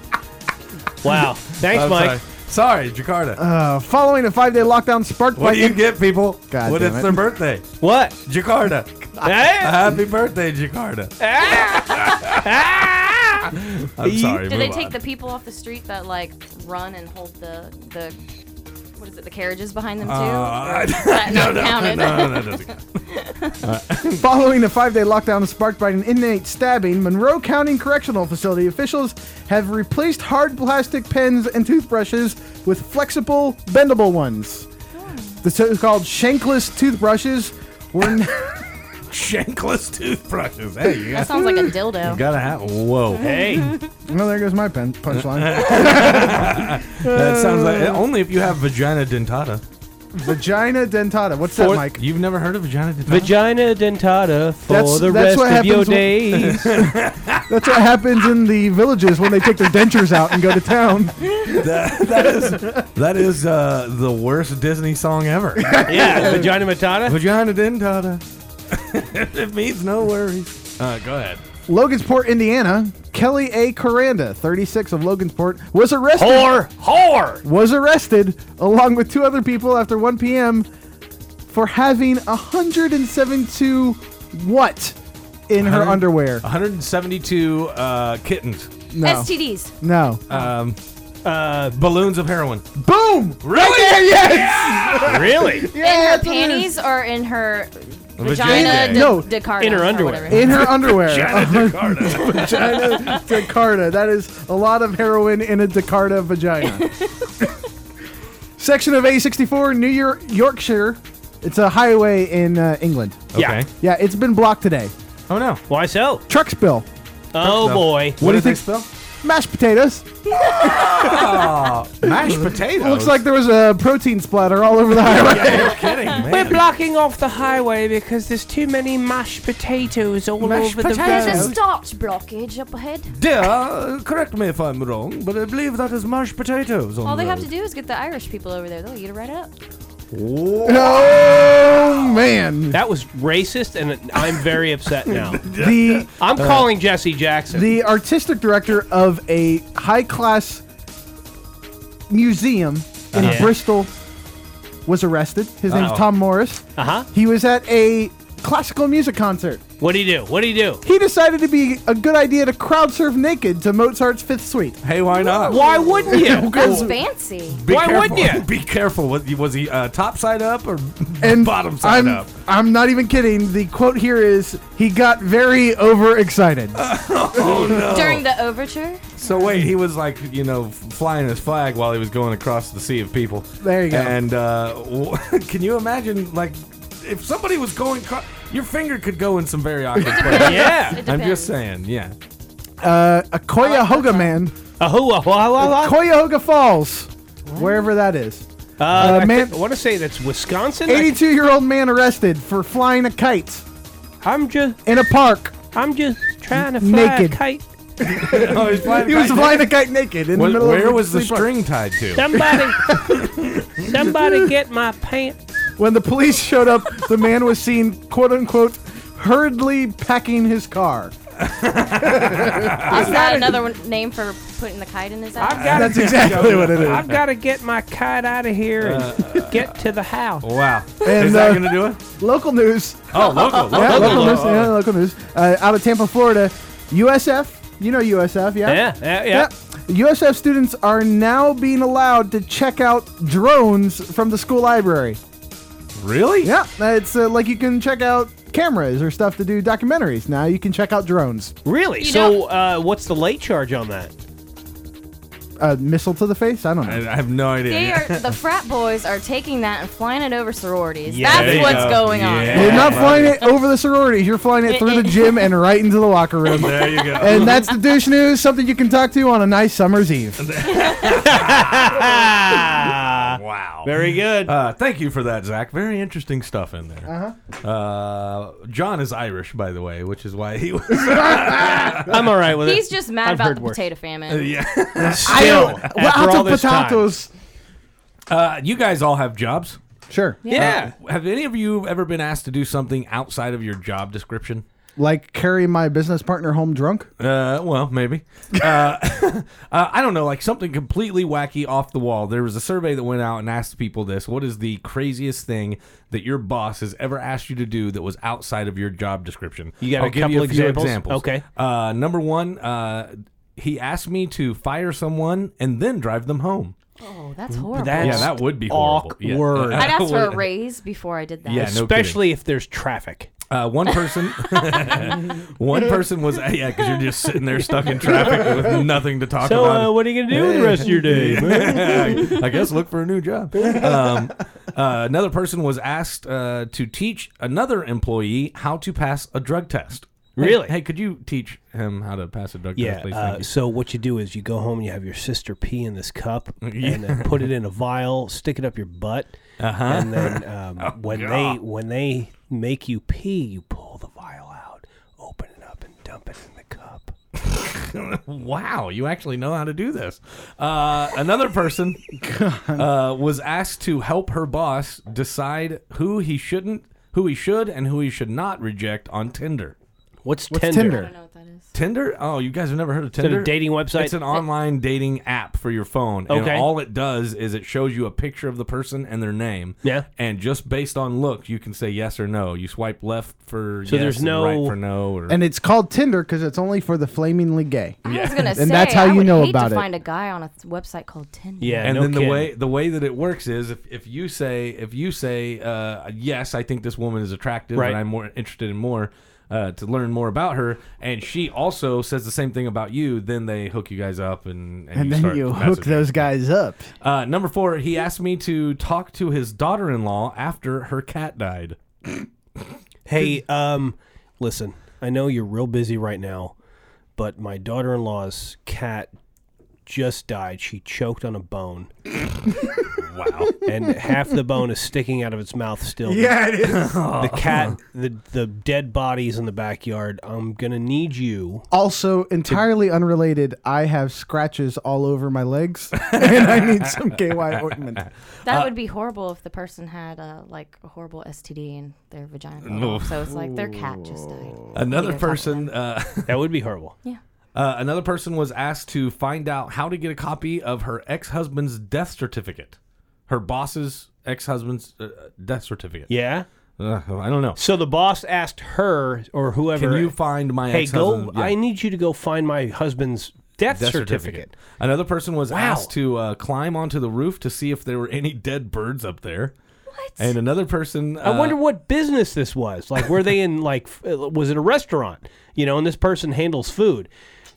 Speaker 4: Wow. Thanks,
Speaker 2: I'm
Speaker 4: Mike.
Speaker 2: Sorry. Sorry, Jakarta.
Speaker 3: Uh, following a five day lockdown sparked
Speaker 2: what
Speaker 3: by
Speaker 2: do you
Speaker 3: in-
Speaker 2: get, people?
Speaker 3: God
Speaker 2: when
Speaker 3: damn
Speaker 2: it's
Speaker 3: it.
Speaker 2: their birthday?
Speaker 4: What?
Speaker 2: Jakarta.
Speaker 4: Hey?
Speaker 2: Happy birthday, Jakarta.
Speaker 4: Ah!
Speaker 2: I'm sorry.
Speaker 5: Do they
Speaker 2: move
Speaker 5: take
Speaker 2: on.
Speaker 5: the people off the street that like run and hold the the what is it? The carriages behind them too.
Speaker 2: Uh,
Speaker 5: that not counted.
Speaker 2: no, no, that doesn't count.
Speaker 3: Following a five day lockdown sparked by an inmate stabbing, Monroe County Correctional Facility officials have replaced hard plastic pens and toothbrushes with flexible, bendable ones. The so called shankless toothbrushes were. n-
Speaker 2: Shankless toothbrushes. Hey, you
Speaker 5: That
Speaker 2: got,
Speaker 5: sounds like a dildo.
Speaker 2: got a hat. Whoa.
Speaker 4: Hey.
Speaker 3: well, there goes my pen punchline.
Speaker 2: That sounds like only if you have vagina dentata.
Speaker 3: Vagina dentata. What's that,
Speaker 4: Fourth-
Speaker 3: Mike?
Speaker 2: You've never heard of vagina dentata?
Speaker 4: Vagina dentata for
Speaker 3: That's-
Speaker 4: the
Speaker 3: that's
Speaker 4: rest
Speaker 3: what
Speaker 4: of your
Speaker 3: happens when-
Speaker 4: days.
Speaker 3: That's what happens in the villages when they take their dentures out and go to town.
Speaker 2: that, that is that is uh, the worst Disney song ever.
Speaker 4: yeah, vagina matata.
Speaker 2: vagina dentata. it means no worries. Uh, go ahead.
Speaker 3: Logansport, Indiana. Kelly A. Coranda, 36 of Logansport, was arrested.
Speaker 4: Whore, whore.
Speaker 3: was arrested along with two other people after 1 p.m. for having 172 what in her underwear.
Speaker 2: 172 uh, kittens.
Speaker 3: No.
Speaker 5: STDs.
Speaker 3: no.
Speaker 2: Um, uh, balloons of heroin.
Speaker 3: Boom!
Speaker 2: Really?
Speaker 4: really?
Speaker 5: in her
Speaker 3: that's what it
Speaker 5: panties or in her
Speaker 2: Vagina.
Speaker 5: vagina? de-
Speaker 3: No.
Speaker 5: Decarta
Speaker 4: In her
Speaker 5: or
Speaker 4: underwear.
Speaker 5: whatever.
Speaker 3: In her underwear. vagina Jakarta. That is a lot of heroin in a Jakarta vagina. Section of A64, New York, Yorkshire. It's a highway in uh, England.
Speaker 4: Yeah.
Speaker 2: Okay.
Speaker 3: Yeah, it's been blocked today.
Speaker 2: Oh no.
Speaker 4: Why so?
Speaker 3: Truck spill.
Speaker 4: Oh boy.
Speaker 2: What,
Speaker 3: do you
Speaker 2: did they
Speaker 3: think-
Speaker 2: spell?
Speaker 3: Mashed potatoes.
Speaker 2: Mashed potatoes.
Speaker 3: Looks like there was a protein splatter all over the highway.
Speaker 2: You're kidding, man.
Speaker 4: blocking off the highway because there's too many mashed potatoes all
Speaker 2: Mashed over the potatoes. road.
Speaker 5: There's a starch blockage up ahead.
Speaker 2: Dear, uh, correct me if I'm wrong, but I believe that is mashed potatoes. On
Speaker 5: All they
Speaker 2: the
Speaker 5: have to do is get the Irish people over there. They'll eat it right up.
Speaker 3: Oh man!
Speaker 4: That was racist, and I'm very upset now.
Speaker 3: The
Speaker 4: I'm calling Jesse Jackson.
Speaker 3: Uh, the artistic director of a high class museum in
Speaker 4: Uh-huh.
Speaker 3: Bristol was arrested. His name's
Speaker 4: Uh-oh.
Speaker 3: Tom Morris.
Speaker 4: uh huh.
Speaker 3: He was at a classical music concert.
Speaker 4: What do you do? What do you do?
Speaker 3: He decided to be a good idea to crowd surf naked to Mozart's Fifth Suite.
Speaker 2: Hey, why not?
Speaker 4: Why wouldn't you?
Speaker 5: That's fancy.
Speaker 2: Be
Speaker 4: Why
Speaker 2: careful.
Speaker 4: wouldn't ya?
Speaker 2: Be careful. Was he, was he uh, top side up or
Speaker 3: And
Speaker 2: bottom side
Speaker 3: I'm,
Speaker 2: up?
Speaker 3: I'm not even kidding. The quote here is he got very overexcited.
Speaker 5: During the overture,
Speaker 2: So wait, he was like you know f- flying his flag while he was going across the sea of people.
Speaker 3: There you go.
Speaker 2: And uh, w- can you imagine like if somebody was going, cro- your finger could go in some very awkward places.
Speaker 5: it
Speaker 4: Yeah.
Speaker 5: depends.
Speaker 2: I'm just saying, yeah.
Speaker 3: uh, Akoya
Speaker 5: I like that
Speaker 3: Hogaman
Speaker 4: Ahua, hua, hua, hua.
Speaker 3: Cuyahoga Falls, wherever that is.
Speaker 4: Uh, I,
Speaker 3: man-
Speaker 4: think- I want to say that's Wisconsin. I,
Speaker 3: 82 year old man arrested for flying a kite
Speaker 4: I'm just,
Speaker 3: in a park.
Speaker 4: I'm just trying to fly
Speaker 3: Naked.
Speaker 4: a kite.
Speaker 2: Oh, he's flying
Speaker 3: He was flying a kite naked in the
Speaker 2: Where,
Speaker 3: middle
Speaker 2: where
Speaker 3: of
Speaker 2: was the
Speaker 3: city park.
Speaker 2: string tied to?
Speaker 4: Somebody, somebody get my pants.
Speaker 3: When the police showed up, the man was seen, quote unquote, hurriedly packing his car.
Speaker 5: Is that another one, name for putting the kite in his ass?
Speaker 4: I've got
Speaker 3: That's exactly what it is.
Speaker 4: I've got to get my kite out of here and get to the house.
Speaker 2: Wow.
Speaker 3: And,
Speaker 2: Is that
Speaker 3: uh,
Speaker 2: going to do it?
Speaker 3: Local news.
Speaker 2: Oh, local. local,
Speaker 3: Yeah, local news.
Speaker 2: local.
Speaker 3: Yeah, local news. Uh, out of Tampa, Florida, USF. You know USF, yeah?
Speaker 4: Yeah, yeah, yeah.
Speaker 3: Yep. USF students are now being allowed to check out drones from the school library.
Speaker 2: Really?
Speaker 3: Yeah, it's uh, like you can check out cameras or stuff to do documentaries. Now you can check out drones.
Speaker 4: Really?
Speaker 5: You
Speaker 4: so, uh, what's the late charge on that?
Speaker 3: Uh, missile to the face? I don't
Speaker 2: I,
Speaker 3: know.
Speaker 2: I have no idea.
Speaker 5: They are, the frat boys are taking that and flying it over sororities.
Speaker 4: Yeah, there
Speaker 5: That's
Speaker 2: you
Speaker 5: what's
Speaker 2: go.
Speaker 5: going on.
Speaker 2: Yeah.
Speaker 3: You're not flying it over the sororities. You're flying it through the gym and right into the locker room.
Speaker 2: There you go.
Speaker 3: And that's the douche news, something you can talk to on a nice summer's eve.
Speaker 4: Ah,
Speaker 2: wow.
Speaker 4: very good.
Speaker 2: Uh, thank you for that, Zach. Very interesting stuff in there. Uh-huh. Uh, John is Irish, by the way, which is why he was.
Speaker 4: I'm all right with
Speaker 5: He's
Speaker 4: it.
Speaker 5: just mad
Speaker 4: I've
Speaker 5: about
Speaker 4: heard
Speaker 5: the
Speaker 4: worse.
Speaker 5: potato famine.
Speaker 2: yeah.
Speaker 4: Still, after all
Speaker 3: Lots of
Speaker 4: this time.
Speaker 3: potatoes.
Speaker 2: Uh, you guys all have jobs. Uh,
Speaker 3: Sure.
Speaker 4: Yeah.
Speaker 2: Have any of you ever been asked to do something outside of your job description?
Speaker 3: Like carry my business partner home drunk.
Speaker 2: Uh, well, maybe. Uh, uh, I don't know, like something completely wacky off the wall. There was a survey that went out and asked people this: What is the craziest thing that your boss has ever asked you to do that was outside of your job description?
Speaker 4: You got a
Speaker 2: I'll give
Speaker 4: couple
Speaker 2: you a few
Speaker 4: examples?
Speaker 2: examples.
Speaker 4: Okay.
Speaker 2: Uh, number one, uh, he asked me to fire someone and then drive them home.
Speaker 5: Oh, that's horrible.
Speaker 4: that's-
Speaker 2: yeah, that would be horrible. Yeah.
Speaker 4: awkward.
Speaker 5: I'd ask for a raise before I did that.
Speaker 2: Yeah, no kidding.
Speaker 4: Especially if there's traffic.
Speaker 2: Uh, one person, one person was yeah, because you're just sitting there stuck in traffic with nothing to talk
Speaker 4: So,
Speaker 2: about.
Speaker 4: uh, what are you going to do with the rest of your day? man?
Speaker 2: I guess look for a new job. Um, uh, another person was asked uh, to teach another employee how to pass a drug test. Hey-
Speaker 4: Really?
Speaker 2: Hey, could you teach him how to pass a drug test,
Speaker 4: Yeah.
Speaker 2: please?
Speaker 4: Uh,
Speaker 2: Thank
Speaker 4: so what you do is you go home, you have your sister pee in this cup, and then put it in a vial, stick it up your butt, uh-huh. and then um,
Speaker 2: Oh,
Speaker 4: when they when they make you pee, you pull the vial out, open it up, and dump it in the cup.
Speaker 2: you. Wow, you actually know how to do this. Uh, another person uh, was asked to help her boss decide who he shouldn't, who he should, and who he should not reject on Tinder.
Speaker 4: What's,
Speaker 3: What's
Speaker 5: I
Speaker 3: Tinder?
Speaker 5: don't know what that is.
Speaker 2: Tinder? Oh, you guys have never heard of
Speaker 4: it a
Speaker 2: Tinder?
Speaker 4: dating website?
Speaker 2: It's an online dating app for your phone.
Speaker 4: Okay.
Speaker 2: And all it does is it shows you a picture of the person and their name.
Speaker 4: Yeah.
Speaker 2: And just based on look, you can say yes or no. You swipe left for
Speaker 4: So
Speaker 2: yes
Speaker 4: there's
Speaker 2: and
Speaker 4: no-
Speaker 2: right for no. Or,
Speaker 3: And it's called Tinder because it's only for the flamingly gay.
Speaker 5: I was gonna say,
Speaker 3: And that's how
Speaker 5: I
Speaker 3: you
Speaker 5: would
Speaker 3: know
Speaker 5: hate
Speaker 3: about
Speaker 5: to
Speaker 3: it.
Speaker 5: find a guy on a th- website called Tinder.
Speaker 4: Yeah.
Speaker 2: and
Speaker 4: no
Speaker 2: then
Speaker 4: kidding.
Speaker 2: the way the way that it works is if, if you say if you say uh, yes, I think this woman is attractive
Speaker 4: Right.
Speaker 2: and I'm more interested in more uh, to learn more about her, and she also says the same thing about you, then they hook you guys up and and,
Speaker 3: And then
Speaker 2: start
Speaker 3: you hook
Speaker 2: messaging.
Speaker 3: those guys up.
Speaker 2: Uh, number four, he asked me to talk to his daughter-in-law after her cat died.
Speaker 4: Hey, um, listen, I know you're real busy right now, but my daughter in law's cat just died. She choked on a bone. wow. And half the bone is sticking out of its mouth still. Yeah, it is. The cat, the, the dead body's in the backyard. I'm going to need you.
Speaker 3: Also, entirely unrelated, I have scratches all over my legs and I need some KY ointment.
Speaker 5: That would be horrible if the person had uh, like a horrible STD in their vagina. So it's like their cat just died.
Speaker 2: Another
Speaker 5: Either talk to
Speaker 2: person,
Speaker 5: them.
Speaker 2: uh,
Speaker 4: That would be horrible.
Speaker 5: Yeah.
Speaker 2: uh, another person was asked to find out how to get a copy of her ex-husband's death certificate, her boss's ex-husband's uh, death certificate.
Speaker 4: Yeah?
Speaker 2: Ugh, I don't know.
Speaker 4: So the boss asked her or whoever.
Speaker 2: Can you find my
Speaker 4: Hey,
Speaker 2: ex-husband?
Speaker 4: go.
Speaker 2: Yeah,
Speaker 4: I need you to go find my husband's death,
Speaker 2: death
Speaker 4: certificate.
Speaker 2: Another person was asked to uh, climb onto the roof to see if there were any dead birds up there. What? And another person.
Speaker 4: I
Speaker 2: uh,
Speaker 4: wonder what business uh, this was. Like, were they in like, f- was it a restaurant? You know, and this person handles food.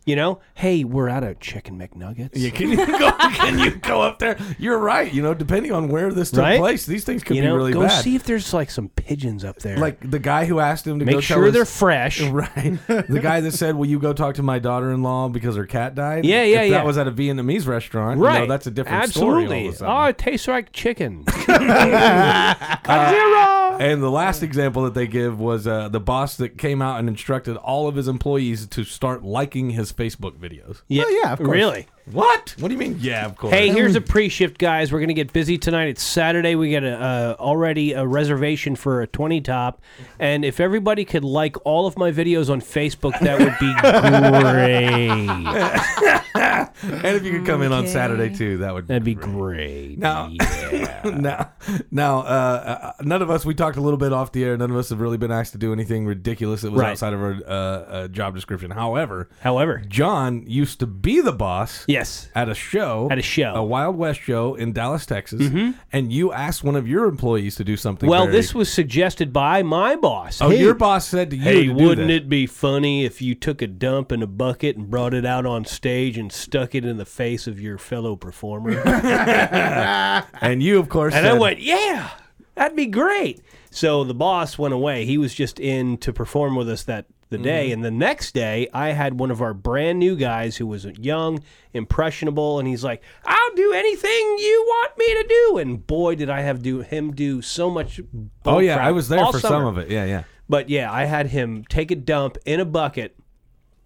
Speaker 4: You know, hey, we're out of chicken McNuggets.
Speaker 2: Yeah, can you go? Can you go up there? You're right. You know, depending on where this took
Speaker 4: Right?
Speaker 2: place, these things could
Speaker 4: you
Speaker 2: be
Speaker 4: know,
Speaker 2: really
Speaker 4: go
Speaker 2: bad.
Speaker 4: see if there's like some pigeons up there.
Speaker 2: like the guy who asked him to go
Speaker 4: make
Speaker 2: tell
Speaker 4: sure
Speaker 2: his-
Speaker 4: they're fresh.
Speaker 2: Right. The guy that said, "Will you go talk to my daughter-in-law because her cat died?"
Speaker 4: Yeah, yeah,
Speaker 2: if
Speaker 4: yeah.
Speaker 2: That was at a Vietnamese restaurant. you know,
Speaker 4: Right.
Speaker 2: that's a different
Speaker 4: Absolutely.
Speaker 2: story. all of a sudden.
Speaker 4: Oh, it tastes like chicken. Oh,
Speaker 2: And the last example that they give was uh, the boss that came out and instructed all of his employees to start liking his Facebook videos.
Speaker 4: yeah,
Speaker 3: Well, yeah, of course.
Speaker 4: Really?
Speaker 2: What? What do you mean? Yeah, of course.
Speaker 4: Hey, here's a pre-shift, guys. We're gonna get busy tonight. It's Saturday. We got a, uh, already a reservation for a twenty top, and if everybody could like all of my videos on Facebook, that would be great.
Speaker 2: and if you could come in on Saturday too, that would
Speaker 4: That'd be great.
Speaker 2: Now-
Speaker 4: Yeah.
Speaker 2: now, now, uh, uh, none of us. We talked a little bit off the air. None of us have really been asked to do anything ridiculous that was
Speaker 4: Right.
Speaker 2: outside of our uh, uh, job description. However,
Speaker 4: However,
Speaker 2: John used to be the boss.
Speaker 4: yes,
Speaker 2: At a show,
Speaker 4: At a show. Mm-hmm.
Speaker 2: a Wild West show in Dallas, Texas, and you asked one of your employees to do something.
Speaker 4: Well,
Speaker 2: very-
Speaker 4: this was suggested by my boss.
Speaker 2: Oh,
Speaker 4: Hey,
Speaker 2: your boss said to you,
Speaker 4: Hey,
Speaker 2: to do
Speaker 4: wouldn't
Speaker 2: that.
Speaker 4: it be funny if you took a dump in a bucket and brought it out on stage and stuck it in the face of your fellow performer? and
Speaker 2: And you, of course,
Speaker 4: I
Speaker 2: said,
Speaker 4: went, yeah, that'd be great. So the boss went away. He was just in to perform with us that the
Speaker 2: Mm-hmm.
Speaker 4: day. And the next day, I had one of our brand new guys who was young, impressionable, and he's like, I'll do anything you want me to do. And boy, did I have do him do so much.
Speaker 2: "Oh
Speaker 4: bull
Speaker 2: yeah,
Speaker 4: crap
Speaker 2: I was there
Speaker 4: all
Speaker 2: for some
Speaker 4: summer.
Speaker 2: of it. Yeah, yeah."
Speaker 4: But yeah, I had him take a dump in a bucket,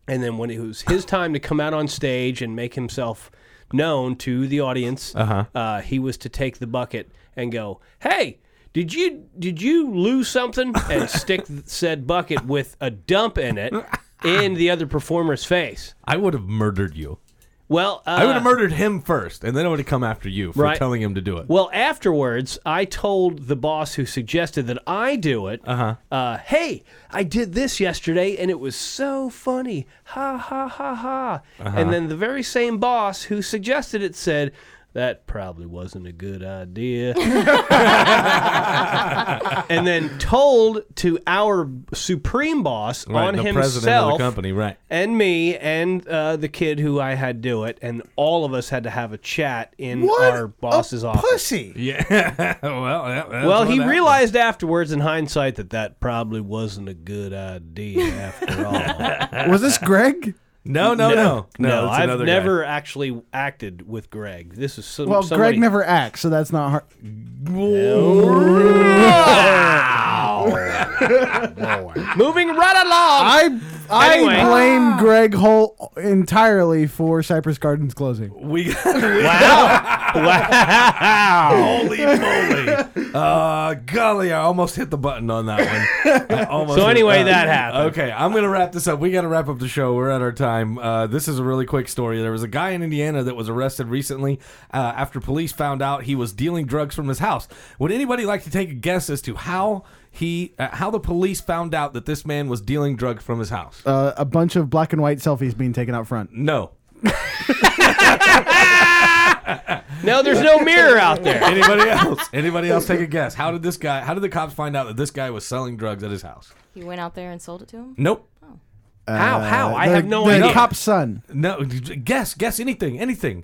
Speaker 4: and then when it was his time to come out on stage and make himself known to the audience, uh-huh. he was to take the bucket and go, "Hey, did you did you lose something?" and stick said bucket with a dump in it in the other performer's face.
Speaker 2: I would have murdered you.
Speaker 4: Well, uh,
Speaker 2: I would have murdered him first, and then I would have come after you for
Speaker 4: Right.
Speaker 2: telling him to do it.
Speaker 4: Well, afterwards, I told the boss who suggested that I do it, uh-huh. hey, I did this yesterday and it was so funny. Ha, ha, ha, ha.
Speaker 2: Uh-huh.
Speaker 4: And then the very same boss who suggested it said, that probably wasn't a good idea. and then told to our supreme boss
Speaker 2: right,
Speaker 4: on
Speaker 2: the
Speaker 4: himself
Speaker 2: president of the company, right?
Speaker 4: and me and uh, the kid who I had do it, and all of us had to have a chat in
Speaker 3: What
Speaker 4: our
Speaker 3: a
Speaker 4: boss's office.
Speaker 3: Pussy.
Speaker 2: Yeah. well, that, that's
Speaker 4: Well,
Speaker 2: what
Speaker 4: he
Speaker 2: happened.
Speaker 4: realized afterwards, in hindsight, that that probably wasn't a good idea after all.
Speaker 3: Was this Greg?
Speaker 2: No, no, no, no.
Speaker 4: no,
Speaker 2: it's
Speaker 4: I've
Speaker 2: another guy.
Speaker 4: never actually acted with Greg. This is some,
Speaker 3: Well,
Speaker 4: somebody-
Speaker 3: Greg never acts, so that's not hard.
Speaker 4: Moving right along.
Speaker 3: I I
Speaker 4: Anyway.
Speaker 2: Ah.
Speaker 3: blame Greg Holt entirely for Cypress Gardens closing.
Speaker 2: We
Speaker 4: wow!
Speaker 2: holy moly! Uh, golly, I almost hit the button on that one. I almost
Speaker 4: So
Speaker 2: hit-
Speaker 4: anyway,
Speaker 2: uh,
Speaker 4: that happened.
Speaker 2: Okay, I'm gonna wrap this up. We gotta wrap up the show. We're at our time. Uh, this is a really quick story. There was a guy in Indiana that was arrested recently uh, after police found out he was dealing drugs from his house. Would anybody like to take a guess as to how he, uh, how the police found out that this man was dealing drugs from his house?
Speaker 3: Uh, a bunch of black and white selfies being taken out front.
Speaker 2: no.
Speaker 4: No, there's no mirror out there.
Speaker 2: Anybody else? Anybody else take a guess? How did this guy? How did the cops find out that this guy was selling drugs at his house?
Speaker 5: You went out there and sold it to him?
Speaker 2: Nope.
Speaker 4: How? How? I have
Speaker 3: Uh, The-
Speaker 4: no
Speaker 3: the
Speaker 4: idea.
Speaker 3: cop's son.
Speaker 2: No, guess, guess anything, anything.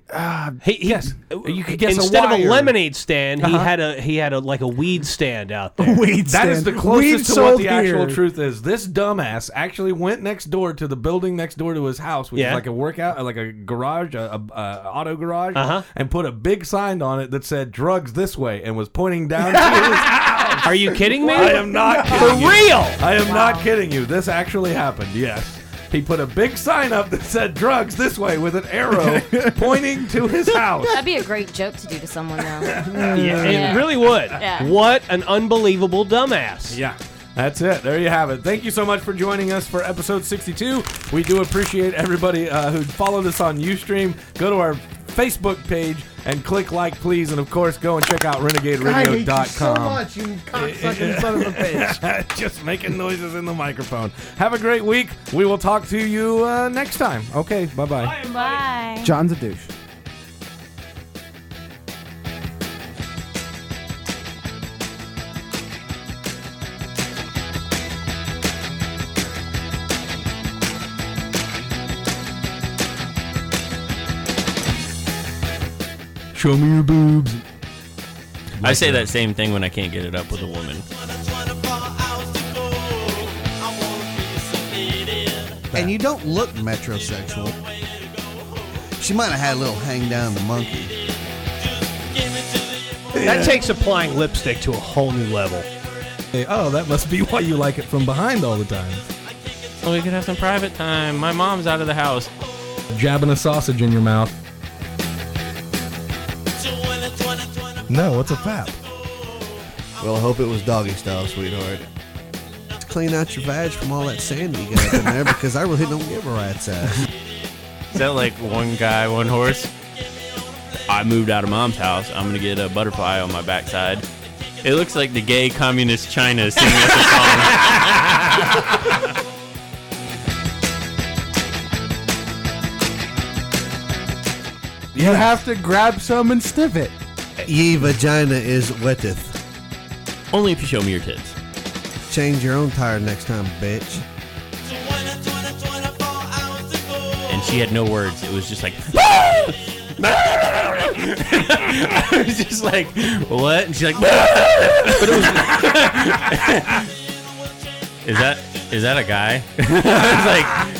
Speaker 4: He, he, uh,
Speaker 2: Yes. You could guess a
Speaker 4: instead of a
Speaker 2: wire. Uh-huh.
Speaker 4: lemonade stand, he had a he had a like a weed stand out there.
Speaker 3: Weed
Speaker 2: That is
Speaker 3: stand.
Speaker 2: the
Speaker 3: Weed
Speaker 2: closest to what
Speaker 3: sold
Speaker 2: the actual
Speaker 3: here.
Speaker 2: truth is. This dumbass actually went next door to the building next door to his house, which
Speaker 4: Yeah.
Speaker 2: is like a workout, like a garage, a, a, a auto garage,
Speaker 4: Uh-huh.
Speaker 2: and put a big sign on it that said "drugs this way" and was pointing down to his house.
Speaker 4: Are you kidding me?
Speaker 2: I am not
Speaker 4: for
Speaker 2: kidding you.
Speaker 4: real.
Speaker 2: I am not kidding you. This actually happened. Yes. He put a big sign up that said drugs this way with an arrow pointing to his house.
Speaker 5: That'd be a great joke to do to someone, though.
Speaker 4: Yeah,
Speaker 5: Yeah.
Speaker 4: It really would.
Speaker 5: Yeah.
Speaker 4: What an unbelievable dumbass.
Speaker 2: Yeah. That's it. There you have it. Thank you so much for joining us for episode 62. We do appreciate everybody uh, who followed us on Ustream. Go to our Facebook page and click like, please. And of course, go and check out renegaderadio.com.
Speaker 3: you cocksucking son of a bitch.
Speaker 2: Just making noises in the microphone. Have a great week. We will talk to you uh, next time. Okay, bye bye.
Speaker 5: Bye.
Speaker 3: John's a douche.
Speaker 2: Show me your boobs.
Speaker 10: I say that same thing when I can't get it up with a woman.
Speaker 11: And you don't look metrosexual. She might have had a little hang down the monkey.
Speaker 4: That takes applying lipstick to a whole new level.
Speaker 2: Hey, oh, that must be why you like it from behind all the time.
Speaker 10: Oh, we could have some private time. My mom's out of the house.
Speaker 2: Jabbing a sausage in your mouth. No, what's a fap?
Speaker 11: Well, I hope it was doggy style, sweetheart. Let's clean out your vag from all that sand you got in there because I really don't give a rat's ass.
Speaker 10: Is that like one guy, one horse? I moved out of mom's house. I'm gonna get a butterfly on my backside. It looks like the gay communist China singing us a song.
Speaker 3: You have to grab some and sniff it.
Speaker 11: Ye vagina is wetteth.
Speaker 10: Only if you show me your tits.
Speaker 11: Change your own tire next time, bitch.
Speaker 10: And she had no words. It was just like. I was just like, what? And she's like, but it was- is that is that a guy?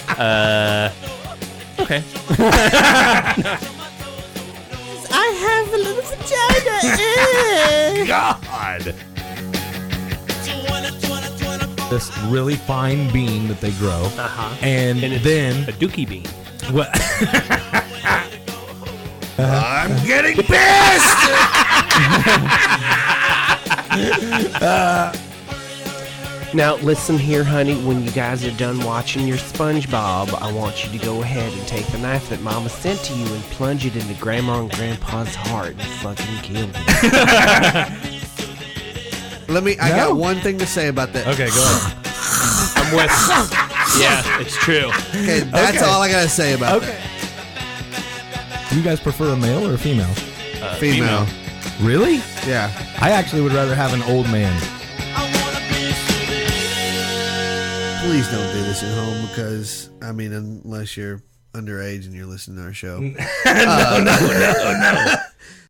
Speaker 10: I was like, uh, okay.
Speaker 6: I have a little vagina.
Speaker 2: God! This really fine bean that they grow.
Speaker 4: Uh-huh.
Speaker 2: And,
Speaker 4: And it's
Speaker 2: then.
Speaker 4: a dookie bean.
Speaker 2: What?
Speaker 11: I'm getting pissed!
Speaker 4: Now, listen here, honey. When you guys are done watching your SpongeBob, I want you to go ahead and take the knife that Mama sent to you and plunge it into Grandma and Grandpa's heart and fucking kill them.
Speaker 11: Let me, I
Speaker 2: No.
Speaker 11: got one thing to say about that.
Speaker 2: okay, go ahead.
Speaker 10: I'm with. yeah, it's true.
Speaker 11: Okay, that's
Speaker 2: Okay.
Speaker 11: all I gotta say about
Speaker 2: Okay. You guys prefer a male or a female?
Speaker 11: that. Female.
Speaker 2: Really?
Speaker 11: Yeah.
Speaker 2: I actually would rather have an old man.
Speaker 11: Please don't do this at home because, I mean, unless you're underage and you're listening to our show. no, no, no, no.